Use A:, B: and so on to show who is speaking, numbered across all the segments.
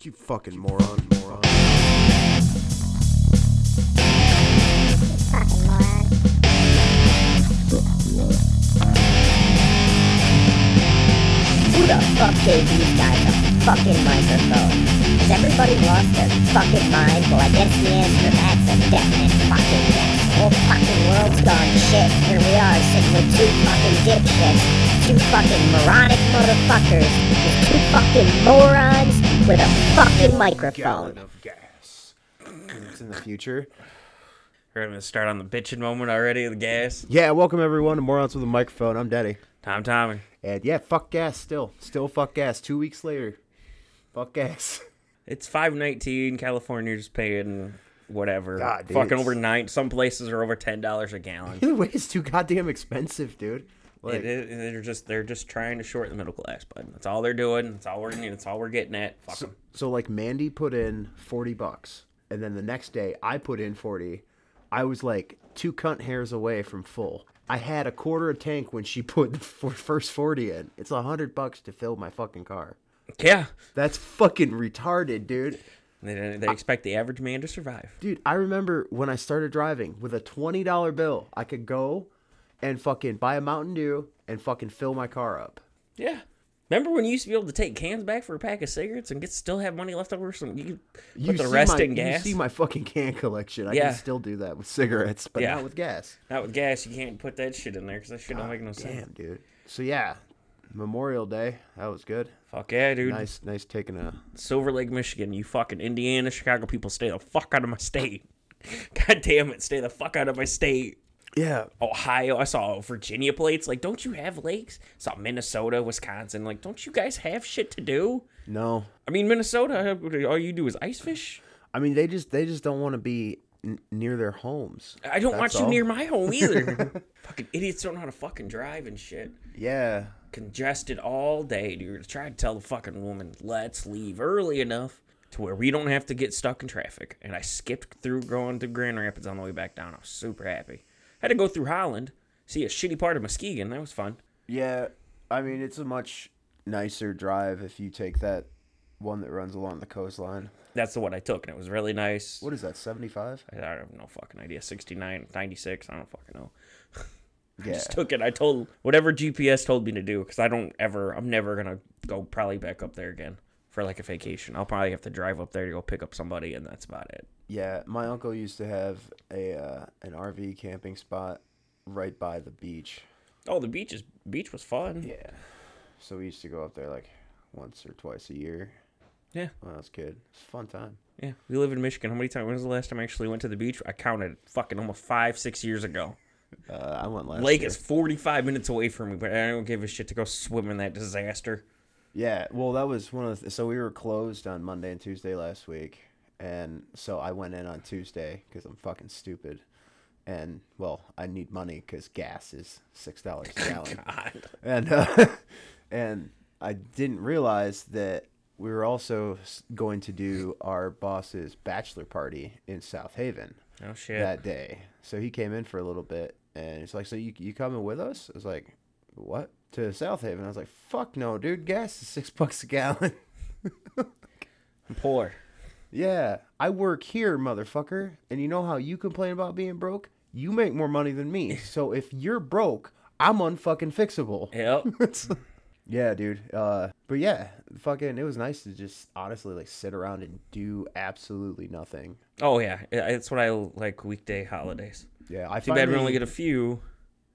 A: You fucking moron. moron.
B: Fucking moron. Who the fuck gave these guys a fucking microphone? Has everybody lost their fucking mind? Well, I guess the answer to that's a definite fucking yes. The whole fucking world's gone to shit. Here we are sitting with two fucking dipshits, two fucking moronic motherfuckers, with two fucking morons with a fucking microphone.
A: Gallon of gas. It's in the future.
C: We're gonna start on the bitching moment already. The gas.
A: Yeah, welcome everyone to Morons with a Microphone. I'm Daddy.
C: Tom Tommy.
A: And yeah, fuck gas still. Still fuck gas. Two weeks later. Fuck gas.
C: It's five nineteen. California's paying whatever.
A: God, dude,
C: Fucking
A: it's-
C: over nine. Some places are over ten dollars a gallon.
A: Either way, it's too goddamn expensive, dude. Like,
C: It- it- they're just they're just trying to short the middle class, bud. That's all they're doing. That's all we're that's all we're getting at. Fuck 'em.
A: so like Mandy put in 40 bucks. And then the next day, I put in 40. I was like two cunt hairs away from full. I had a quarter a tank when she put the f- first 40 in. It's a 100 bucks to fill my fucking car.
C: Yeah.
A: That's fucking retarded, dude.
C: They, they expect the average man to survive.
A: Dude, I remember when I started driving with a twenty dollar bill, I could go and fucking buy a Mountain Dew and fucking fill my car up.
C: Yeah. Remember when you used to be able to take cans back for a pack of cigarettes and get still have money left over? Some you could
A: You
C: put the
A: see
C: rest
A: my,
C: in gas.
A: You see my fucking can collection. I
C: Yeah.
A: can still do that with cigarettes, but
C: Yeah.
A: not with gas.
C: Not with gas, you can't put that shit in there because that shit don't make no sense.
A: Damn, dude. So yeah, Memorial Day, that was good.
C: Fuck yeah, dude.
A: Nice, nice taking a.
C: Silver Lake, Michigan. You fucking Indiana, Chicago people, stay the fuck out of my state. God damn it, stay the fuck out of my state.
A: Yeah,
C: Ohio, I saw Virginia plates. Like, don't you have lakes? saw Minnesota, Wisconsin. Like, don't you guys have shit to do?
A: no,
C: I mean, Minnesota, all you do is ice fish.
A: I mean they just they just don't want to be n- near their homes.
C: I don't
A: That's
C: want you
A: all.
C: near my home either. fucking idiots don't know how to fucking drive and shit.
A: Yeah,
C: Congested all day, dude. Try to tell the fucking woman, let's leave early enough to where we don't have to get stuck in traffic. And I skipped through going through Grand Rapids on the way back down. I was super happy. Had to go through Holland, see a shitty part of Muskegon. That was fun.
A: Yeah, I mean it's a much nicer drive if you take that one that runs along the coastline.
C: That's the one I took, and it was really nice.
A: What is that? Seventy five?
C: I have no fucking idea. 69, 96, I don't fucking know.
A: Yeah.
C: Just took it. I told whatever GPS told me to do because I don't ever, I'm never going to go probably back up there again for like a vacation. I'll probably have to drive up there to go pick up somebody, and that's about it.
A: yeah, my uncle used to have a uh, an RV camping spot right by the beach.
C: Oh, the beach is beach was fun. Yeah.
A: So we used to go up there like once or twice a year
C: yeah,
A: when I was a kid. It's a fun time.
C: We live in Michigan. How many times? When was the last time I actually went to the beach? I counted fucking almost five, six years ago.
A: Uh, I went last
C: Lake
A: year.
C: is 45 minutes away from me, but I don't give a shit to go swim in that disaster.
A: Yeah, well, that was one of the. so we were closed on Monday and Tuesday last week, and so I went in on Tuesday because I'm fucking stupid, and well, I need money because gas is six dollars a gallon,
C: God.
A: and uh, and I didn't realize that we were also s- going to do our boss's bachelor party in South Haven
C: Oh, shit.
A: that day. So he came in for a little bit, and he's like, "So you you coming with us?" I was like, "What to South Haven?" I was like, "Fuck no, dude! Gas is six bucks a gallon."
C: I'm poor.
A: yeah, I work here, motherfucker, and you know how you complain about being broke? You make more money than me, so if you're broke, I'm unfucking fixable.
C: Yep.
A: yeah, dude. Uh, but yeah, fucking, it was nice to just honestly like sit around and do absolutely nothing.
C: oh, yeah. Yeah, It's what I like weekday holidays.
A: Yeah, I
C: Too bad we
A: finally-
C: only get a few.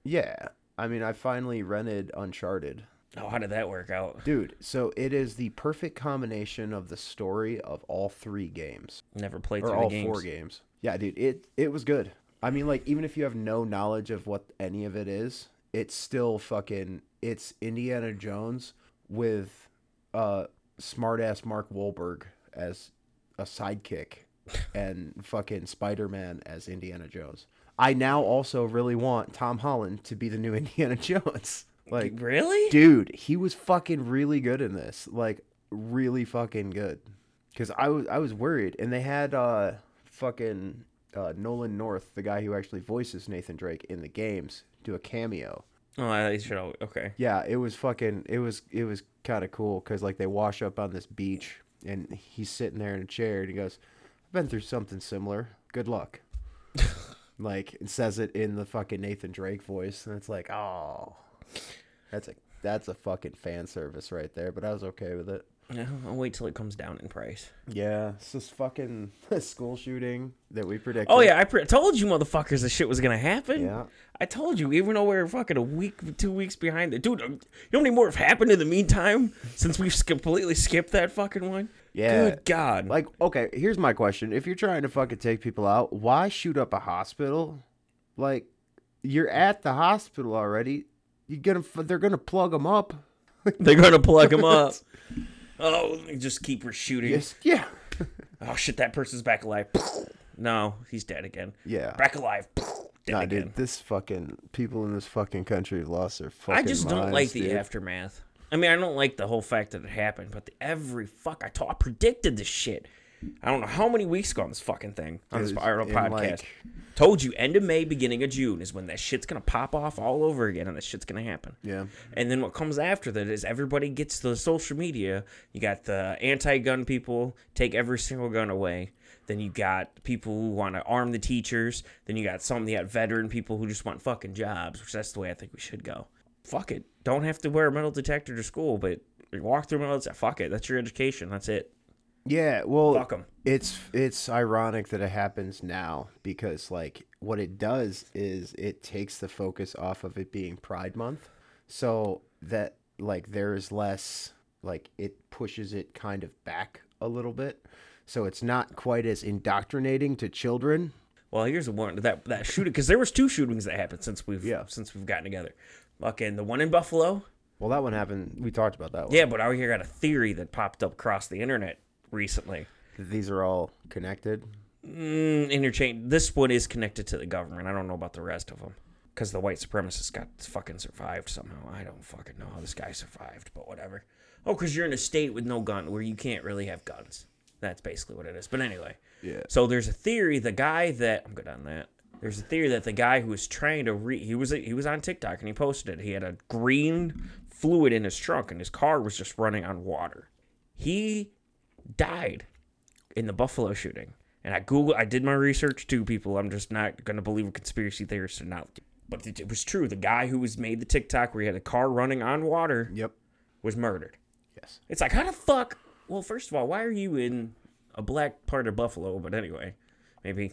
A: yeah. I mean, I finally rented Uncharted.
C: Oh, how did that work out?
A: Dude, so it is the perfect combination of the story of all three games
C: Never played
A: or
C: through
A: all
C: the games.
A: four games. Yeah, dude, it it was good. I mean, like even if you have no knowledge of what any of it is, it's still fucking it's Indiana Jones with uh smartass Mark Wahlberg as a sidekick and fucking Spider-Man as Indiana Jones. I now also really want Tom Holland to be the new Indiana Jones. Like
C: really?
A: dude he was fucking really good in this like really fucking good because i was i was worried and they had uh fucking uh nolan north the guy who actually voices nathan drake in the games do a cameo
C: Oh, I should. al- Okay.
A: yeah it was fucking it was it was kind of cool because like they wash up on this beach and he's sitting there in a chair and he goes, I've been through something similar. Good luck. like and says it in the fucking Nathan Drake voice and it's like, Oh that's a that's a fucking fan service right there, but I was okay with it.
C: Yeah, I'll wait till it comes down in price.
A: Yeah, it's this fucking school shooting that we predicted.
C: Oh yeah, I pre- told you motherfuckers this shit was gonna happen.
A: Yeah.
C: I told you, even though we're fucking a week, two weeks behind it, dude. uh, You know how many more have happened in the meantime since we've sk- completely skipped that fucking one?
A: Yeah.
C: Good God.
A: Like, okay, here's my question. If you're trying to fucking take people out, why shoot up a hospital? Like, you're at the hospital already. You're gonna, f- they're gonna plug them up.
C: They're gonna plug him up. Oh, they just keep her shooting.
A: Yes, yeah,
C: Oh shit, that person's back alive. No, he's dead again.
A: yeah.
C: Back alive. Dead
A: nah,
C: again.
A: dude, this fucking people in this fucking country have lost their fucking.
C: I just don't like
A: minds,
C: the
A: dude.
C: aftermath. I mean, I don't like the whole fact that it happened, but the every fuck I taught, I predicted this shit. I don't know how many weeks ago on this fucking thing on this
A: It was
C: viral
A: in,
C: podcast.
A: like-
C: Told you, end of May, beginning of June is when that shit's gonna pop off all over again, and that shit's gonna happen.
A: Yeah.
C: And then what comes after that is everybody gets to the social media. You got the anti-gun people take every single gun away. Then you got people who want to arm the teachers. Then you got some you got veteran people who just want fucking jobs, which that's the way I think we should go. Fuck it. Don't have to wear a metal detector to school, but walk through metal detector. Fuck it. That's your education. That's it.
A: Yeah, well,
C: Fuck 'em.
A: it's it's ironic that it happens now because like what it does is it takes the focus off of it being Pride Month, so that like there is less like it pushes it kind of back a little bit, so it's not quite as indoctrinating to children.
C: Well, here's a warrant to that that shooting because there was two shootings that happened since we've
A: Yeah.
C: since we've gotten together. Fucking the one in Buffalo.
A: Well, that one happened. We talked about that one.
C: Yeah, but I here got a theory that popped up across the internet recently.
A: these are all connected.
C: Mm, interchange. This one is connected to the government. I don't know about the rest of them because the white supremacists got fucking survived somehow. I don't fucking know how this guy survived, but whatever. Oh, because you're in a state with no gun where you can't really have guns. That's basically what it is. But anyway,
A: Yeah.
C: So there's a theory. The guy that I'm good on that. There's a theory that the guy who was trying to re he was he was on TikTok and he posted it. He had a green fluid in his trunk and his car was just running on water. He died in the Buffalo shooting. And I Google, I did my research too, people. I'm just not going to believe a conspiracy theorist or not. But it, it was true. The guy who was made the TikTok where he had a car running on water
A: Yep.
C: was murdered.
A: Yes.
C: It's like, how the fuck? Well, first of all, why are you in a black part of Buffalo? But anyway, maybe,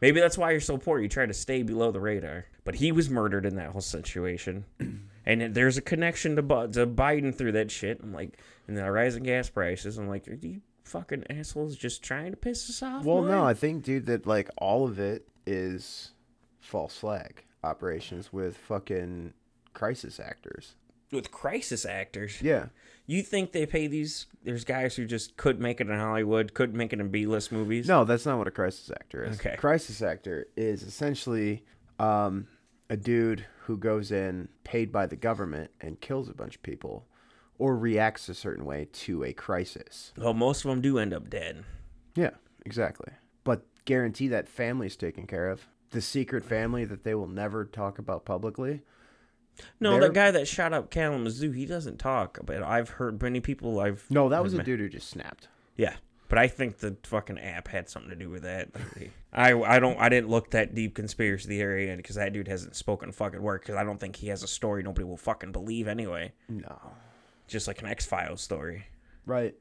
C: maybe that's why you're so poor. You try to stay below the radar. But he was murdered in that whole situation, and it- there's a connection to, Bu- to Biden through that shit. I'm like, and the rising gas prices. I'm like, are you fucking assholes just trying to piss us off?
A: Well, no,
C: more?
A: I think, dude, that like all of it is false flag operations with fucking crisis actors.
C: with crisis actors.
A: Yeah.
C: You think they pay these? There's guys who just couldn't make it in Hollywood, couldn't make it in B-list movies.
A: No, that's not what a crisis actor is.
C: Okay.
A: Crisis actor is essentially um, a dude who goes in paid by the government and kills a bunch of people or reacts a certain way to a crisis.
C: Well, most of them do end up dead.
A: Yeah, exactly. But guarantee that family's taken care of. The secret family that they will never talk about publicly.
C: No,
A: They're-
C: the guy that shot up Kalamazoo, he doesn't talk. But I've heard many people. I've
A: No, that was a dude who just snapped.
C: yeah, but I think the fucking app had something to do with that. I I don't I didn't look that deep conspiracy theory because that dude hasn't spoken fucking word because I don't think he has a story nobody will fucking believe anyway.
A: No.
C: Just like an X Files story.
A: Right.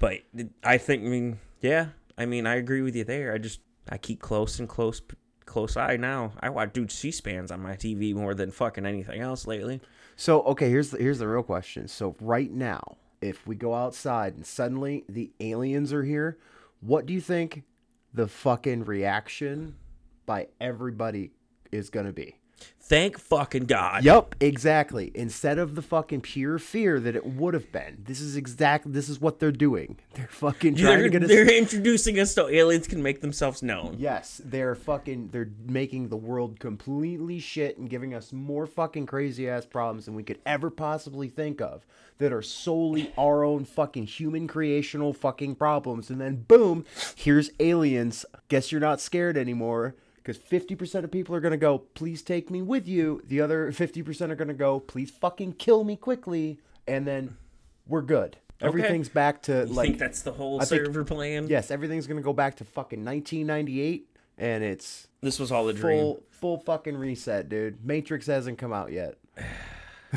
C: But th- I think, I mean, yeah, I mean, I agree with you there. I just, I keep close and close, close eye now. I watch, dude, C-SPANs on my TV more than fucking anything else lately.
A: So okay, here's the, here's the real question. So right now, if we go outside and suddenly the aliens are here, what do you think the fucking reaction by everybody is going to be?
C: Thank fucking God.
A: Yup, exactly. Instead of the fucking pure fear that it would have been, this is exactly this is what they're doing. They're fucking trying
C: They're,
A: to get us.
C: they're introducing us so aliens can make themselves known.
A: Yes, they're fucking they're making the world completely shit and giving us more fucking crazy ass problems than we could ever possibly think of that are solely our own fucking human creational fucking problems and then boom, here's aliens. Guess you're not scared anymore cuz 50% of people are going to go, "Please take me with you." The other 50% are going to go, "Please fucking kill me quickly." And then we're good. Everything's back to
C: You
A: like
C: think that's the whole
A: I think-
C: server plan?
A: yes, everything's gonna go back to fucking 1998, and it's
C: This was all a dream.
A: full full fucking reset, dude. Matrix hasn't come out yet.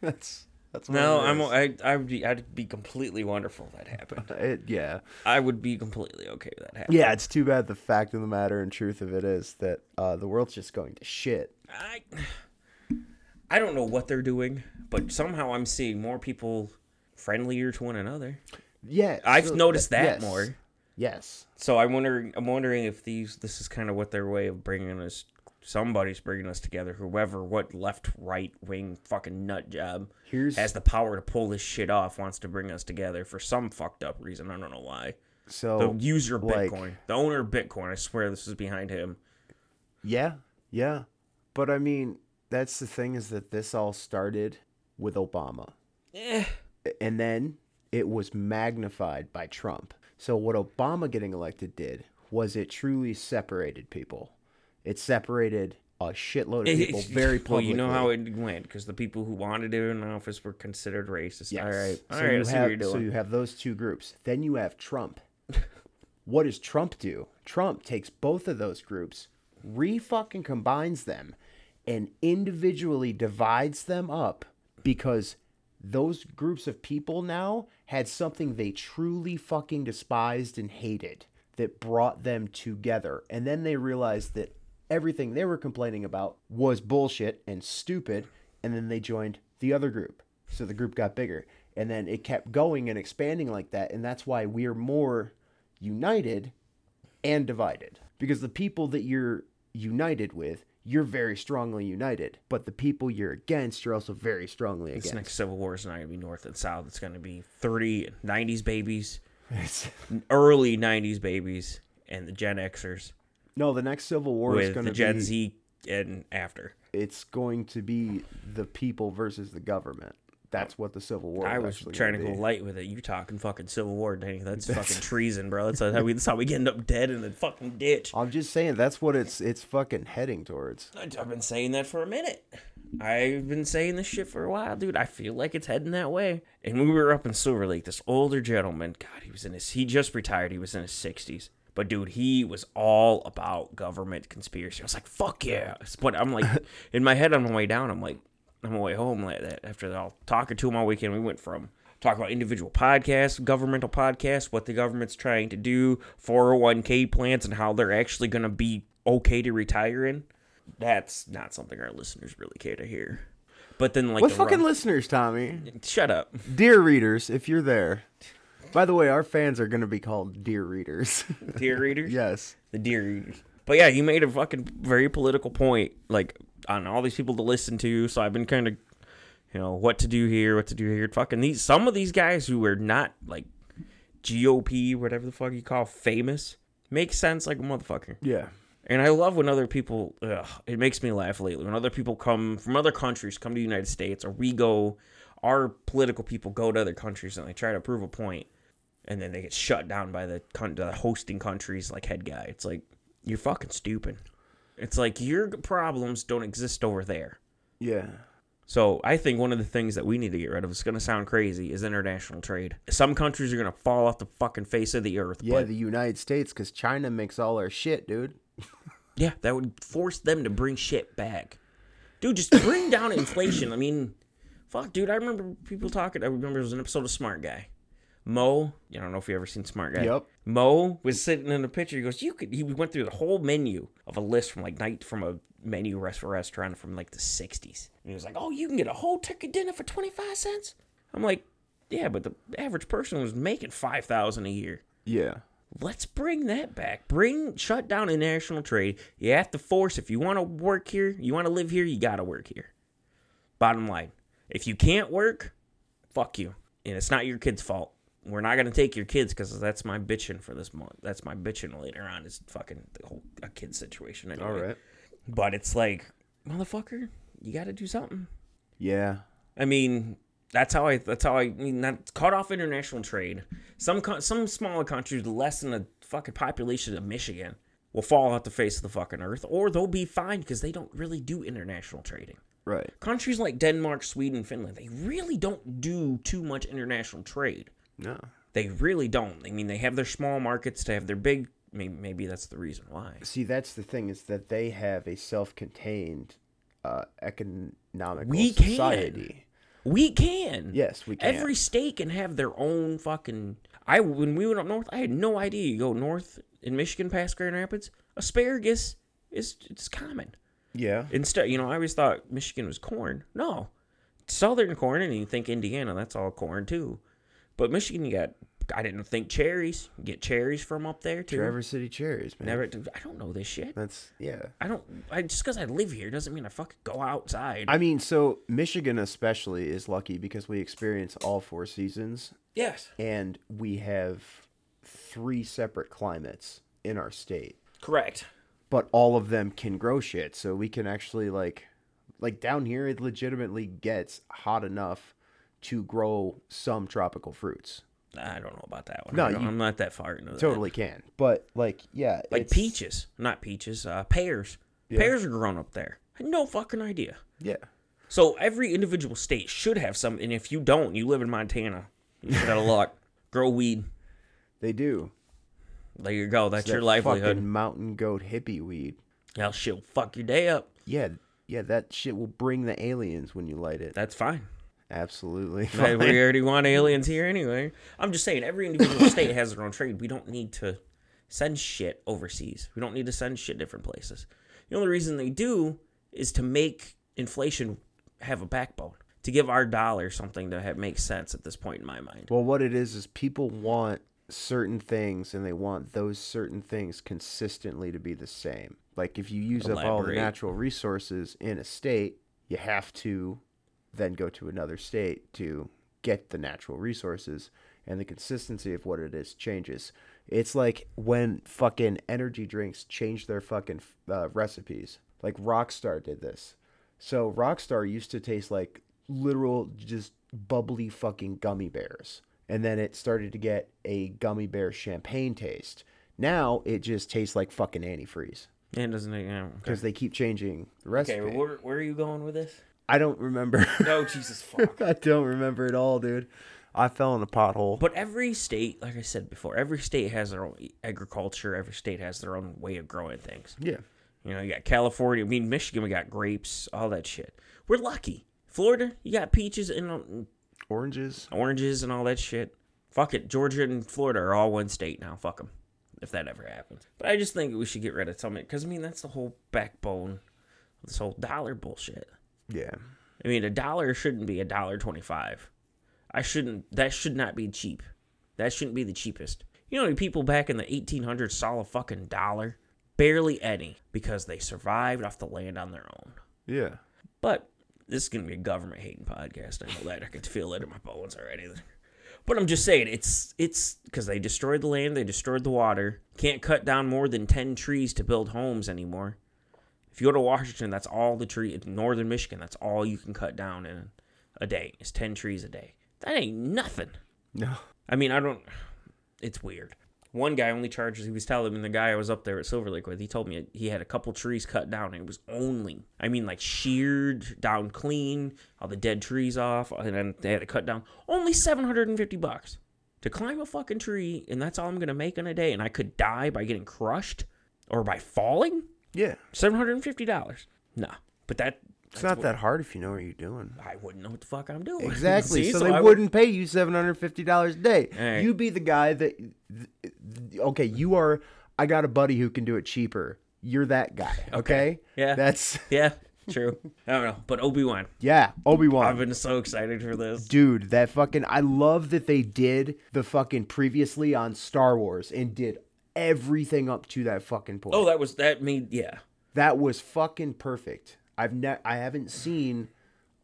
A: that's that's what
C: no,
A: it
C: I'm.
A: is.
C: I, I would be. I'd be completely wonderful if that happened.
A: It, yeah,
C: I would be completely okay if that happened.
A: yeah. It's too bad. The fact of the matter and truth of it is that uh, the world's just going to shit.
C: I I don't know what they're doing, but somehow I'm seeing more people friendlier to one another.
A: Yeah,
C: I've
A: so-
C: noticed that
A: yes.
C: more.
A: Yes,
C: So I'm wondering I'm wondering if these this is kind of what their way of bringing us somebody's bringing us together whoever what left right wing fucking nut job
A: Here's-
C: has the power to pull this shit off wants to bring us together for some fucked up reason I don't know why. The
A: so
C: user of
A: Oh, like-
C: Bitcoin, the owner of Bitcoin, I swear this is behind him.
A: Yeah, yeah. But I mean, that's the thing is that this all started with Obama.
C: Eh,
A: And then it was magnified by Trump. So what Obama getting elected did was it truly separated people. It separated a shitload of people very
C: Well,
A: publicly.
C: you know how it went because the people who wanted it in office were considered racist.
A: Yes.
C: All right, all
A: so
C: right,
A: you
C: I see
A: have
C: what you're doing.
A: so you have those two groups. Then you have Trump. what does Trump do? Trump takes both of those groups, re fucking combines them, and individually divides them up because those groups of people now had something they truly fucking despised and hated that brought them together. And then they realized that everything they were complaining about was bullshit and stupid. And then they joined the other group. So the group got bigger. And then it kept going and expanding like that. And that's why we're more united and divided. Because the people that you're united with, you're very strongly united. But the people you're against, you're also very strongly
C: This
A: against.
C: next Civil War is not going to be North and South. It's going to be 30 90s babies,
A: It's-
C: early 90s babies, and the Gen Xers
A: no, the next Civil War is
C: with
A: going
C: the
A: to
C: Gen
A: be.
C: Z and after.
A: It's going to be the people versus the government. That's what the Civil War.
C: I
A: is
C: was
A: actually
C: trying to
A: gonna
C: go
A: be.
C: light with it. You talking fucking Civil War, Danny. That's fucking treason, bro. That's how we, that's how we end up dead in the fucking ditch.
A: I'm just saying that's what it's it's fucking heading towards.
C: I've been saying that for a minute. I've been saying this shit for a while, dude. I feel like it's heading that way. And we were up in Silver Lake. This older gentleman, God, he was in his, he just retired. He was in his 60s. But dude, he was all about government conspiracy. I was like, fuck yeah. But I'm like, in my head on the way down, I'm like, on my way home like that. After all talking to him all weekend, we went from talk about individual podcasts, governmental podcasts, what the government's trying to do, 401k plans, and how they're actually going to be okay to retire in. That's not something our listeners really care to hear. But then, like,
A: What
C: the
A: fucking
C: run-
A: listeners, Tommy?
C: shut up.
A: Dear readers, if you're there. By the way, our fans are going to be called dear readers.
C: Dear readers.
A: yes.
C: the deer eaters. But yeah, you made a fucking very political point, like on all these people to listen to. So I've been kind of, you know, what to do here, what to do here. Fucking these, some of these guys who are not like GOP, whatever the fuck you call famous, make sense like a motherfucker.
A: Yeah.
C: And I love when other people, ugh, it makes me laugh lately, when other people come from other countries, come to the United States, or we go, our political people go to other countries and they try to prove a point, and then they get shut down by the, con- the hosting country's like head guy. It's like, you're fucking stupid. It's like your problems don't exist over there.
A: Yeah.
C: So I think one of the things that we need to get rid of, it's going to sound crazy, is international trade. Some countries are going to fall off the fucking face of the earth.
A: Yeah,
C: but
A: the United States cuz China makes all our shit, dude.
C: Yeah, that would force them to bring shit back. Dude, just bring down inflation. I mean, fuck, dude. I remember people talking. I remember it was an episode of Smart Guy. Mo, I don't know if you ever seen Smart Guy.
A: Yep.
C: Mo was sitting in a picture. He goes, "You could." He went through the whole menu of a list from like night from a menu rest- restaurant from like the '60s, and he was like, "Oh, you can get a whole turkey dinner for 25 cents." I'm like, "Yeah, but the average person was making five thousand a year."
A: Yeah.
C: Let's bring that back. Bring shut down international trade. You have to force if you want to work here, you want to live here, you got to work here. Bottom line. If you can't work, fuck you. And it's not your kid's fault. We're not going to take your kids cuz that's my bitching for this month. That's my bitching later on is fucking the whole a kid situation anyway.
A: All right.
C: But it's like, motherfucker, you got to do something.
A: Yeah.
C: I mean, that's how I. That's how I. I mean, that cut off international trade. Some co- some smaller countries, less than the fucking population of Michigan, will fall off the face of the fucking earth, or they'll be fine because they don't really do international trading.
A: Right.
C: Countries like Denmark, Sweden, Finland, they really don't do too much international trade.
A: No.
C: They really don't. I mean, they have their small markets to have their big. Maybe, maybe that's the reason why.
A: See, that's the thing is that they have a self-contained uh, economical
C: We can.
A: society.
C: We can.
A: Yes, we can.
C: Every state can have their own fucking. I when we went up north, I had no idea. You go north in Michigan, past Grand Rapids, asparagus is it's common.
A: Yeah.
C: Instead, you know, I always thought Michigan was corn. No, southern corn, and you think Indiana, that's all corn too. But Michigan, you got. I didn't think cherries. You get cherries from up there too.
A: Traverse City cherries, man.
C: Never. I don't know this shit.
A: That's yeah.
C: I don't. I just because I live here doesn't mean I fucking go outside.
A: I mean, so Michigan especially is lucky because we experience all four seasons
C: yes.
A: and we have three separate climates in our state.
C: Correct.
A: But all of them can grow shit, so we can actually like like down here it legitimately gets hot enough to grow some tropical fruits.
C: I don't know about that one.
A: No,
C: I don't-
A: you-
C: I'm not that far into that.
A: Totally can. But like yeah,
C: Like
A: it's-
C: peaches, not peaches, uh, pears. Pears are grown up there. I had no fucking idea.
A: Yeah.
C: So every individual state should have some, and if you don't, you live in Montana. You should have a luck. Grow weed.
A: They do.
C: There you go. That's
A: That
C: your livelihood.
A: fucking mountain goat hippie weed.
C: Now she'll fuck your day up.
A: Yeah, yeah, that shit will bring the aliens when you light it.
C: That's fine.
A: Absolutely.
C: Hey, we already want aliens here anyway. I'm just saying, every individual state has their own trade. We don't need to send shit overseas. We don't need to send shit different places. The only reason they do is to make inflation have a backbone, to give our dollar something that ha- makes sense at this point in my mind.
A: Well, what it is is people want certain things and they want those certain things consistently to be the same. Like if you use up all the
C: Elaborate.
A: natural resources in a state, you have to then go to another state to get the natural resources and the consistency of what it is changes. It's like when fucking energy drinks change their fucking uh, recipes. Like Rockstar did this. So Rockstar used to taste like literal just bubbly fucking gummy bears. And then it started to get a gummy bear champagne taste. Now it just tastes like fucking antifreeze
C: Yeah, it doesn't it? Yeah, okay.
A: because they keep changing the recipe.
C: Okay, well, where, where are you going with this?
A: I don't remember.
C: No, Jesus fuck.
A: I don't remember at all, dude. I fell in a pothole.
C: But every state, like I said before, every state has their own e-, agriculture. Every state has their own way of growing things.
A: yeah.
C: You know, you got California. I mean, Michigan, we got grapes, all that shit. We're lucky. Florida, you got peaches and um,
A: Oranges.
C: oranges and all that shit. Fuck it. Georgia and Florida are all one state now. Fuck them. If that ever happens. But I just think we should get rid of something. Because, I mean, that's the whole backbone of this whole dollar bullshit.
A: Yeah.
C: I mean, a dollar shouldn't be a dollar twenty-five. I shouldn't. That should not be cheap. That shouldn't be the cheapest. You know, how many people back in the 1800s saw a fucking dollar, barely any, because they survived off the land on their own.
A: Yeah.
C: But this is gonna be a government hating podcast. I know that. I could feel it in my bones already. But I'm just saying, it's it's because they destroyed the land, they destroyed the water. Can't cut down more than ten trees to build homes anymore. If you go to Washington, that's all the tree. in Northern Michigan, that's all you can cut down in a day. It's ten trees a day. That ain't nothing.
A: No.
C: I mean, I don't. It's weird. One guy only charges. He was telling me the guy I was up there at Silver Lake with. He told me he had a couple trees cut down, and it was only. I mean, like sheared down clean, all the dead trees off, and then they had to cut down only seven hundred and fifty bucks to climb a fucking tree, and that's all I'm gonna make in a day, and I could die by getting crushed or by falling.
A: Yeah.
C: Seven hundred and fifty dollars. Nah, but that
A: It's not that hard if you know what you're doing.
C: I wouldn't know what the fuck I'm doing.
A: Exactly.
C: See,
A: so, they
C: I would-
A: wouldn't pay you seven hundred fifty dollars a day.
C: right.
A: You be the guy that. th- th- okay, you are. I got a buddy who can do it cheaper. You're that guy. Okay.
C: Yeah.
A: That's
C: Yeah, true. I don't know, but Obi Wan.
A: yeah. Obi
C: I've
A: Wan.
C: been so excited for this.
A: Dude, that fucking I love that they did the fucking previously on Star Wars and did everything up to that fucking point.
C: Oh, that was that made yeah.
A: That was fucking perfect. I've ne- I haven't seen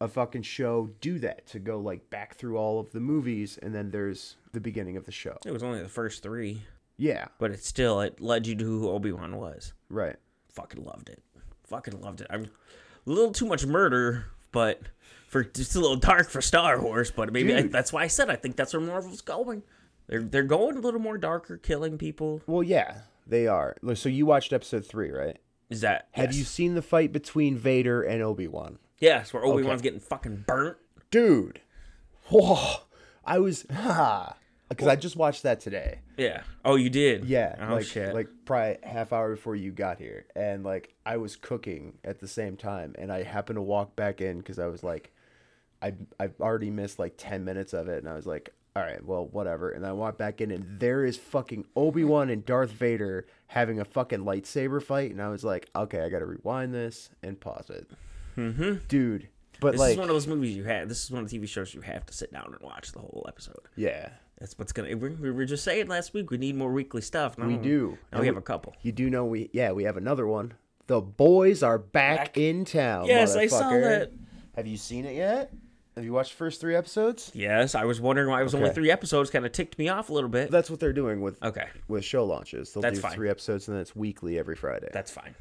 A: a fucking show do that to go like back through all of the movies and then there's the beginning of the show.
C: It was only the first three,
A: Yeah,
C: but it still it led you to who Obi Wan was.
A: right.
C: Fucking loved it. Fucking loved it. I'm a little too much murder, but for just a little dark for Star Wars. But maybe I,
A: Dude.
C: that's why I said I think that's where Marvel's going. They're they're going a little more darker, killing people.
A: Well, yeah, they are. Look, So you watched episode 3, right?
C: Is that
A: Have
C: yes.
A: you seen the fight between Vader and Obi-Wan?
C: Yes, where Obi Wan's getting fucking burnt.
A: dude. Whoa, I was ha because I just watched that today.
C: Yeah. Oh, you did.
A: Yeah,
C: Oh
A: like
C: shit.
A: like probably half hour before you got here, and like I was cooking at the same time, and I happened to walk back in because I was like, I I've already missed like ten minutes of it, and I was like, all right, well, whatever. And I walked back in, and there is fucking Obi Wan and Darth Vader having a fucking lightsaber fight, and I was like, okay, I got to rewind this and pause it, mm-hmm. dude. But
C: this
A: like,
C: is one of those movies you have. This is one of the TV shows you have to sit down and watch the whole episode.
A: yeah,
C: That's what's gonna. We we were just saying last week we need more weekly stuff. Now,
A: we do.
C: Now
A: And
C: we have a couple.
A: You do know we yeah we have another one. The boys are back, in town.
C: Yes, I saw
A: motherfucker.
C: that.
A: Have you seen it yet? Have you watched the first three episodes?
C: Yes, I was wondering why it was only
A: Okay.
C: three episodes. Kind of ticked me off a little bit.
A: That's what they're doing with
C: okay,
A: with show launches. They'll
C: That's
A: do
C: fine.
A: three episodes and then it's weekly every Friday.
C: that's fine.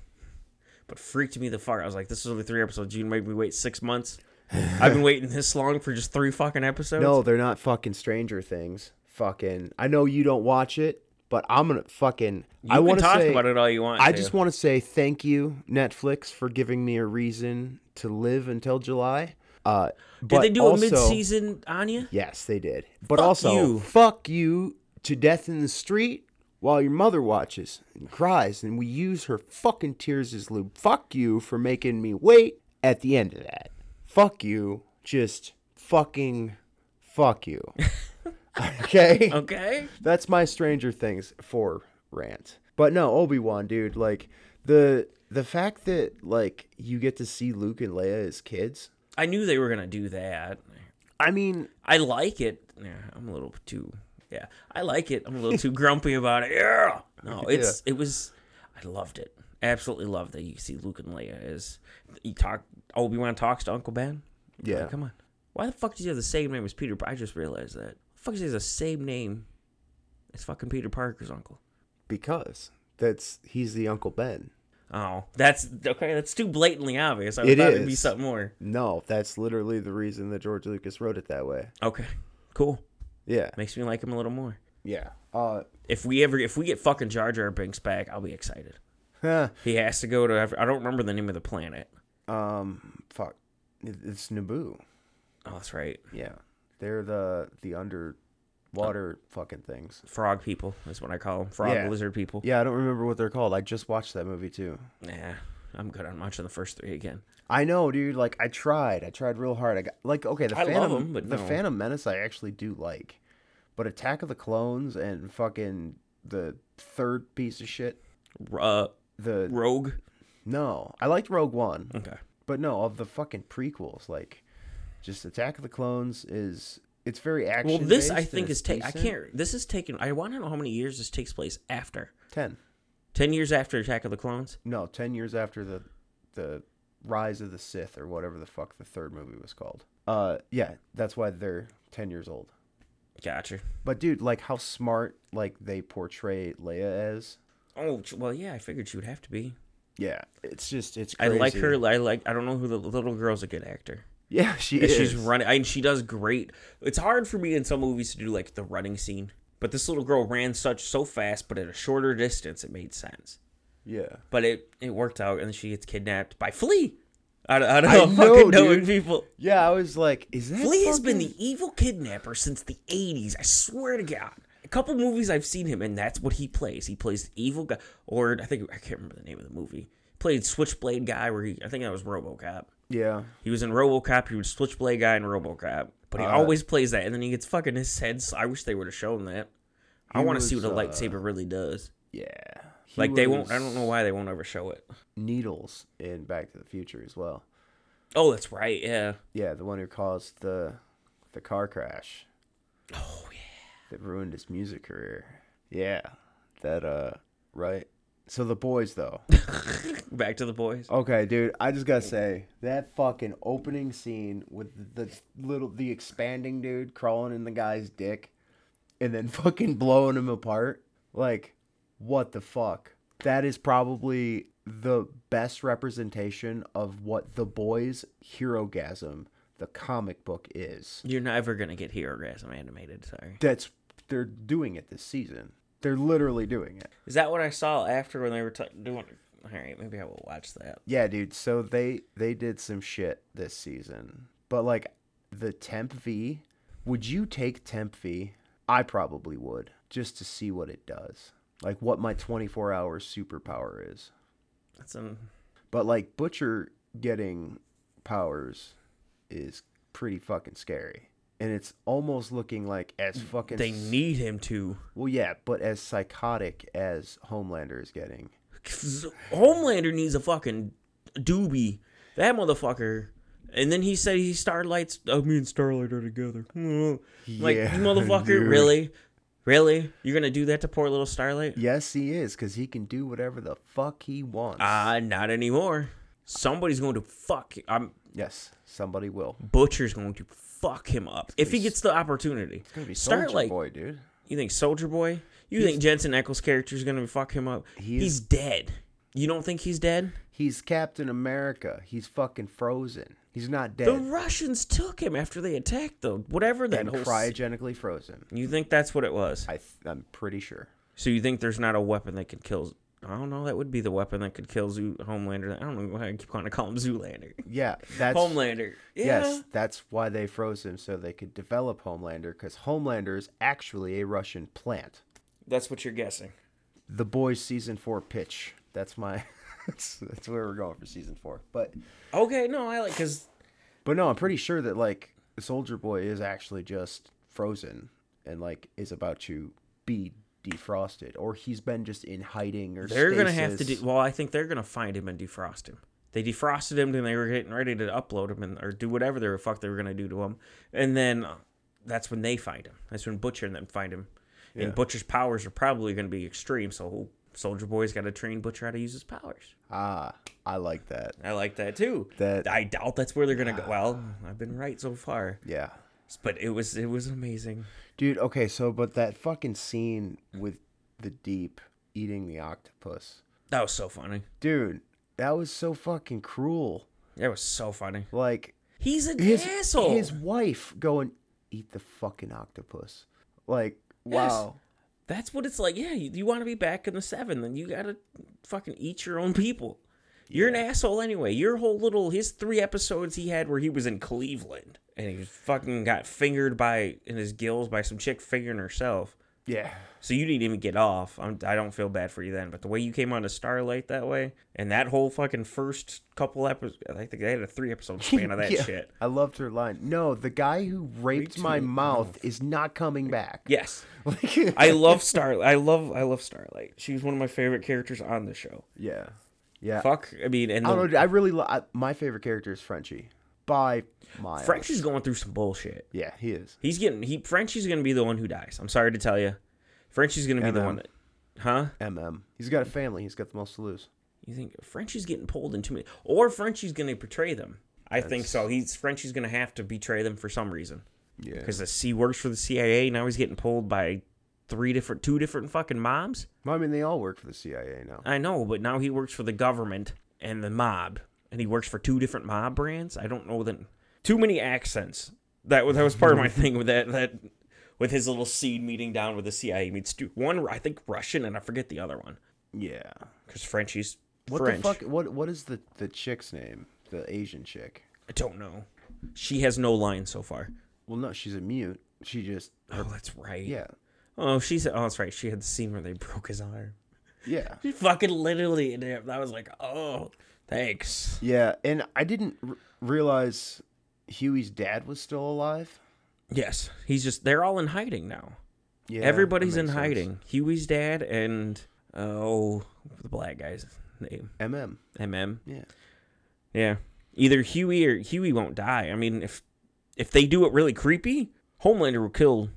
C: But freaked me the fart. I was like, this is only three episodes. You made me wait six months. I've been waiting this long for just three fucking episodes.
A: no, they're not fucking Stranger Things. Fucking, I know you don't watch it, but I'm gonna fucking. I
C: you
A: want
C: can
A: to
C: talk
A: say,
C: about it all you want.
A: I
C: to.
A: just want to say thank you, Netflix, for giving me a reason to live until July. Uh,
C: did they do
A: also,
C: a mid-season Anya?
A: Yes, they did. But
C: Fuck
A: also,
C: you.
A: fuck you to death in the street while your mother watches and cries, and we use her fucking tears as lube. Fuck you for making me wait at the end of that. Fuck you. Just fucking fuck you. okay?
C: Um, Okay.
A: That's my Stranger Things for rant. But no, Obi Wan, dude, like the the fact that like you get to see Luke and Leia as kids.
C: I knew they were gonna do that.
A: I mean,
C: I like it. Yeah, I'm a little too. Yeah, I like it. I'm a little too grumpy about it. Yeah. No, it's it was. I loved it. Absolutely loved that you see Luke and Leia as you talk. Obi Wan talks to Uncle Ben.
A: yeah.
C: Like, come on. Why the fuck does he have the same name as Peter? Par- I just realized that. The fuck does he have the same name as fucking Peter Parker's uncle?
A: Because that's he's the Uncle Ben.
C: Oh, that's okay. That's too blatantly obvious. I
A: It
C: thought it'd be
A: is.
C: something more.
A: No, that's literally the reason that George Lucas wrote it that way.
C: Okay, cool.
A: Yeah.
C: Makes me like him a little more.
A: Yeah. Uh
C: If we ever, if we get fucking Jar Jar Binks back, I'll be excited.
A: huh,
C: He has to go to. I don't remember the name of the planet.
A: um fuck. It- It's Naboo.
C: Oh, that's right.
A: Yeah. They're the the underwater fucking things.
C: Frog people is what I call them. Frog
A: Yeah.
C: lizard people.
A: Yeah, I don't remember what they're called. I just watched that movie too.
C: Nah, I'm good on watching the first three again.
A: I know, dude. Like I tried. I tried real hard. I got like okay, the
C: I love
A: Phantom
C: 'em, but
A: the
C: no.
A: Phantom Menace I actually do like. But Attack of the Clones and fucking the third piece of shit,
C: R- Uh,
A: the
C: Rogue.
A: No, I liked Rogue One,
C: Okay.
A: but no, of the fucking prequels, like just Attack of the Clones is it's very action.
C: Well, this I think is take. I can't. This is taken. I want to know how many years this takes place after.
A: ten.
C: Ten years after Attack of the Clones.
A: No, ten years after the the Rise of the Sith or whatever the fuck the third movie was called. Uh, yeah, that's why they're ten years old.
C: Gotcha.
A: But dude, like how smart like they portray Leia as.
C: Oh ch- well, yeah. I figured she would have to be.
A: Yeah, it's just it's.
C: I
A: Crazy.
C: like her. I like. I don't know who the little girl's a good actor.
A: Yeah, she
C: And
A: is.
C: she's running, I, and she does great. It's hard for me in some movies to do like the running scene, but this little girl ran such so fast, but at a shorter distance, it made sense.
A: Yeah.
C: But it it worked out, and she gets kidnapped by Flea. I, don't- I don't
A: I
C: know,
A: know,
C: fucking knowing
A: dude.
C: people.
A: Yeah, I was like, is that
C: Flea has been
A: fucking-
C: the evil kidnapper since the '80s. I swear to God. A couple movies I've seen him, and that's what he plays. He plays the evil guy, or I think I can't remember the name of the movie. played Switchblade guy, where he I think that was RoboCop.
A: yeah.
C: He was in RoboCop. He was Switchblade guy in RoboCop, but he
A: Uh,
C: always plays that, and then he gets fucking his head. s- I wish they would have shown that. I
A: He
C: want to see
A: was,
C: what a
A: uh,
C: lightsaber really does.
A: Yeah. He
C: Like they won't. I
A: was-
C: don't know why they won't ever show it.
A: Needles in Back to the Future as well.
C: Oh, that's right. Yeah.
A: Yeah, the one who caused the the car crash
C: Oh yeah.
A: that ruined his music career. Yeah. That uh right. So the boys though.
C: Back to the boys.
A: Okay, dude, I just gotta say that fucking opening scene with the little the expanding dude crawling in the guy's dick and then fucking blowing him apart. Like, what the fuck? That is probably the best representation of what the boys hero gasm, the comic book is.
C: You're never gonna get Hero Gasm animated. Sorry.
A: That's they're doing it this season. They're literally doing it.
C: Is that what I saw after when they were t- doing? All right, maybe I will watch that.
A: Yeah, dude. So they they did some shit this season, but like the temp V. Would you take temp V? I probably would, just to see what it does, like what my twenty four hour superpower is.
C: That's an
A: But like butcher getting powers is pretty fucking scary, and it's almost looking like as fucking
C: they
A: s-
C: need him to.
A: well, yeah, but as psychotic as Homelander is getting.
C: Homelander needs a fucking doobie. That motherfucker. And then he said he Starlight's. Oh, me and Starlight are together. Like
A: Yeah,
C: you motherfucker,
A: dude.
C: really, really, you're gonna do that to poor little Starlight?
A: Yes, he is, because he can do whatever the fuck he wants.
C: Uh, not anymore. Somebody's going to fuck. I'm
A: Yes, somebody will.
C: Butcher's going to fuck him up if he gets the opportunity.
A: It's gonna be Soldier
C: Starlight,
A: Boy, dude.
C: you think Soldier Boy? You think Jensen Ackles' character is going to fuck him up?
A: He
C: he's
A: is-
C: dead. You don't think he's dead?
A: He's Captain America. He's fucking frozen. He's not
C: The
A: dead.
C: Russians took him after they attacked the whatever that
A: and
C: whole. s-
A: cryogenically frozen.
C: You think that's what it was?
A: I th- I'm pretty sure.
C: So you think there's not a weapon that could kill? I don't know. That would be the weapon that could kill Zoo Homelander. I don't know why I keep wanting to call him Zoolander.
A: Yeah, that's
C: Homelander. Yeah.
A: Yes, that's why they froze him so they could develop Homelander, because Homelander is actually a Russian plant.
C: That's what you're guessing.
A: The Boys season four pitch. That's my. that's, that's where we're going for season four. But
C: Okay. No, I like because
A: But no, I'm pretty sure that like Soldier Boy is actually just frozen and like is about to be defrosted, or he's been just in hiding or
C: They're gonna have to do
A: stasis.
C: well. I think they're gonna find him and defrost him. They defrosted him, and they were getting ready to upload him and or do whatever the fuck they were gonna do to him. And then uh, that's when they find him. That's when Butcher and them find him.
A: Yeah.
C: And Butcher's powers are probably gonna be extreme. So Soldier Boy's got to train Butcher how to use his powers.
A: Ah, I like that.
C: I like that too.
A: That-
C: I doubt that's where they're gonna go. Well, I've been right so far,
A: Yeah,
C: but it was it was amazing.
A: dude. Okay, so but that fucking scene with the deep eating the octopus,
C: That was so funny.
A: dude. That was so fucking cruel.
C: That was so funny.
A: Like
C: He's an
A: his
C: asshole.
A: his wife going eat the fucking octopus. Like
C: Yes.
A: wow.
C: That's what it's like. Yeah, you, you want to be back in the seven, then you gotta fucking eat your own people. You're an asshole anyway. Your whole little his three episodes he had where he was in Cleveland and he was fucking got fingered by in his gills by some chick fingering herself.
A: Yeah.
C: So you didn't even get off. I'm, I don't feel bad for you then. But the way you came on to Starlight that way and that whole fucking first couple episodes, I think they had a three episode span of that
A: Yeah.
C: shit.
A: I loved her line. No, the guy who raped, Oh.
C: Raped
A: my
C: me.
A: mouth is not coming back.
C: Yes.
A: Like-
C: I love Starlight. I love I love Starlight. She was one of my favorite characters on the show.
A: yeah, yeah.
C: Fuck, I mean, and
A: I don't
C: the-
A: know. dude, I really lo- I, my favorite character is Frenchie by miles.
C: Frenchie's going through some bullshit.
A: Yeah, he is.
C: He's getting he Frenchie's gonna be the one who dies. I'm sorry to tell you, Frenchie's gonna be the
A: MM.
C: one that, huh?
A: MM. He's got a family. He's got the most to lose.
C: You think Frenchie's getting pulled into me, or Frenchie's gonna betray them? I think so. He's Frenchie's gonna have to betray them for some reason
A: Yeah.
C: because the C works for the CIA. Now he's getting pulled by three different, two different fucking moms.
A: I mean, they all work for the CIA now.
C: I know, but now he works for the government and the mob, and he works for two different mob brands. I don't know that. Too many accents. That was that was part of my thing with that that with his little seed meeting down with the CIA. meets two, one I think Russian, and I forget the other one
A: Yeah.
C: because Frenchie's
A: What
C: French.
A: the fuck? What What is the the chick's name? The Asian chick.
C: I don't know. She has no line so far.
A: Well, no, she's a mute. She just
C: Oh, that's right.
A: yeah
C: Oh, she's oh, that's right. She had the scene where they broke his arm.
A: yeah.
C: She fucking literally. and I was like, oh, thanks.
A: Yeah, and I didn't r- realize Huey's dad was still alive.
C: Yes, he's just. They're all in hiding now.
A: Yeah,
C: Everybody's
A: that
C: in
A: makes sense.
C: hiding. Huey's dad and oh, the black guy's name
A: MM.
C: MM.
A: Yeah.
C: Yeah, either Huey or Huey won't die. I mean, if if they do it really creepy, Homelander will kill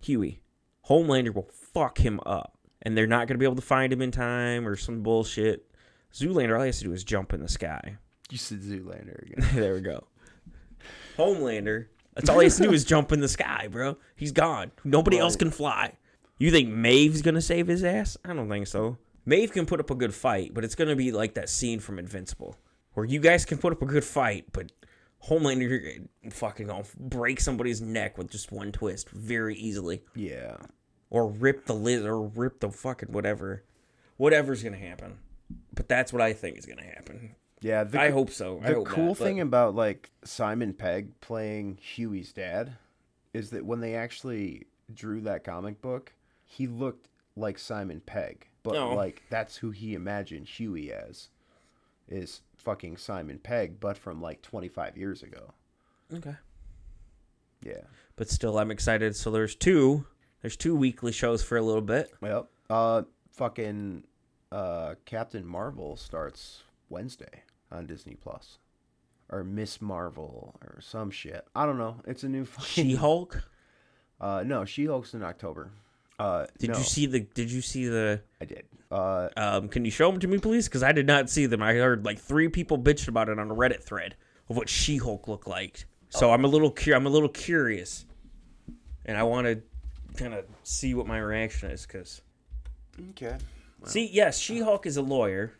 C: Huey. Homelander will fuck him up, and they're not gonna be able to find him in time or some bullshit. Zoolander, all he has to do is jump in the sky.
A: You said Zoolander again.
C: there we go. Homelander, that's all he has to do is jump in the sky, bro. He's gone. Nobody else can fly. You think Maeve's gonna save his ass? I don't think so. Maeve can put up a good fight, but it's gonna be like that scene from Invincible, where you guys can put up a good fight, but Homelander fucking gonna break somebody's neck with just one twist very easily,
A: yeah.
C: or rip the lid, or rip the fucking whatever, whatever's gonna happen. But that's what I think is going to happen.
A: Yeah, the,
C: I hope so. I
A: the
C: hope
A: cool
C: not, but
A: thing about like Simon Pegg playing Huey's dad is that when they actually drew that comic book, he looked like Simon Pegg, but
C: Oh.
A: like that's who he imagined Huey as is fucking Simon Pegg, but from like 25 years ago.
C: okay.
A: Yeah.
C: But still, I'm excited. So there's two. There's two weekly shows for a little bit.
A: Well, uh, fucking uh, Captain Marvel starts Wednesday on Disney Plus, or Miss Marvel, or some shit. I don't know. It's a new. fucking-
C: She Hulk.
A: Uh, no, She Hulk's in October. Uh,
C: Did
A: no,
C: you see the? Did you see the?
A: I did. Uh,
C: Um, can you show them to me, please? Because I did not see them. I heard like three people bitched about it on a Reddit thread of what She Hulk looked like. So I'm a little cu- I'm a little curious, and I want to kind of see what my reaction is. Because
A: okay.
C: see, yes, She Hulk is a lawyer.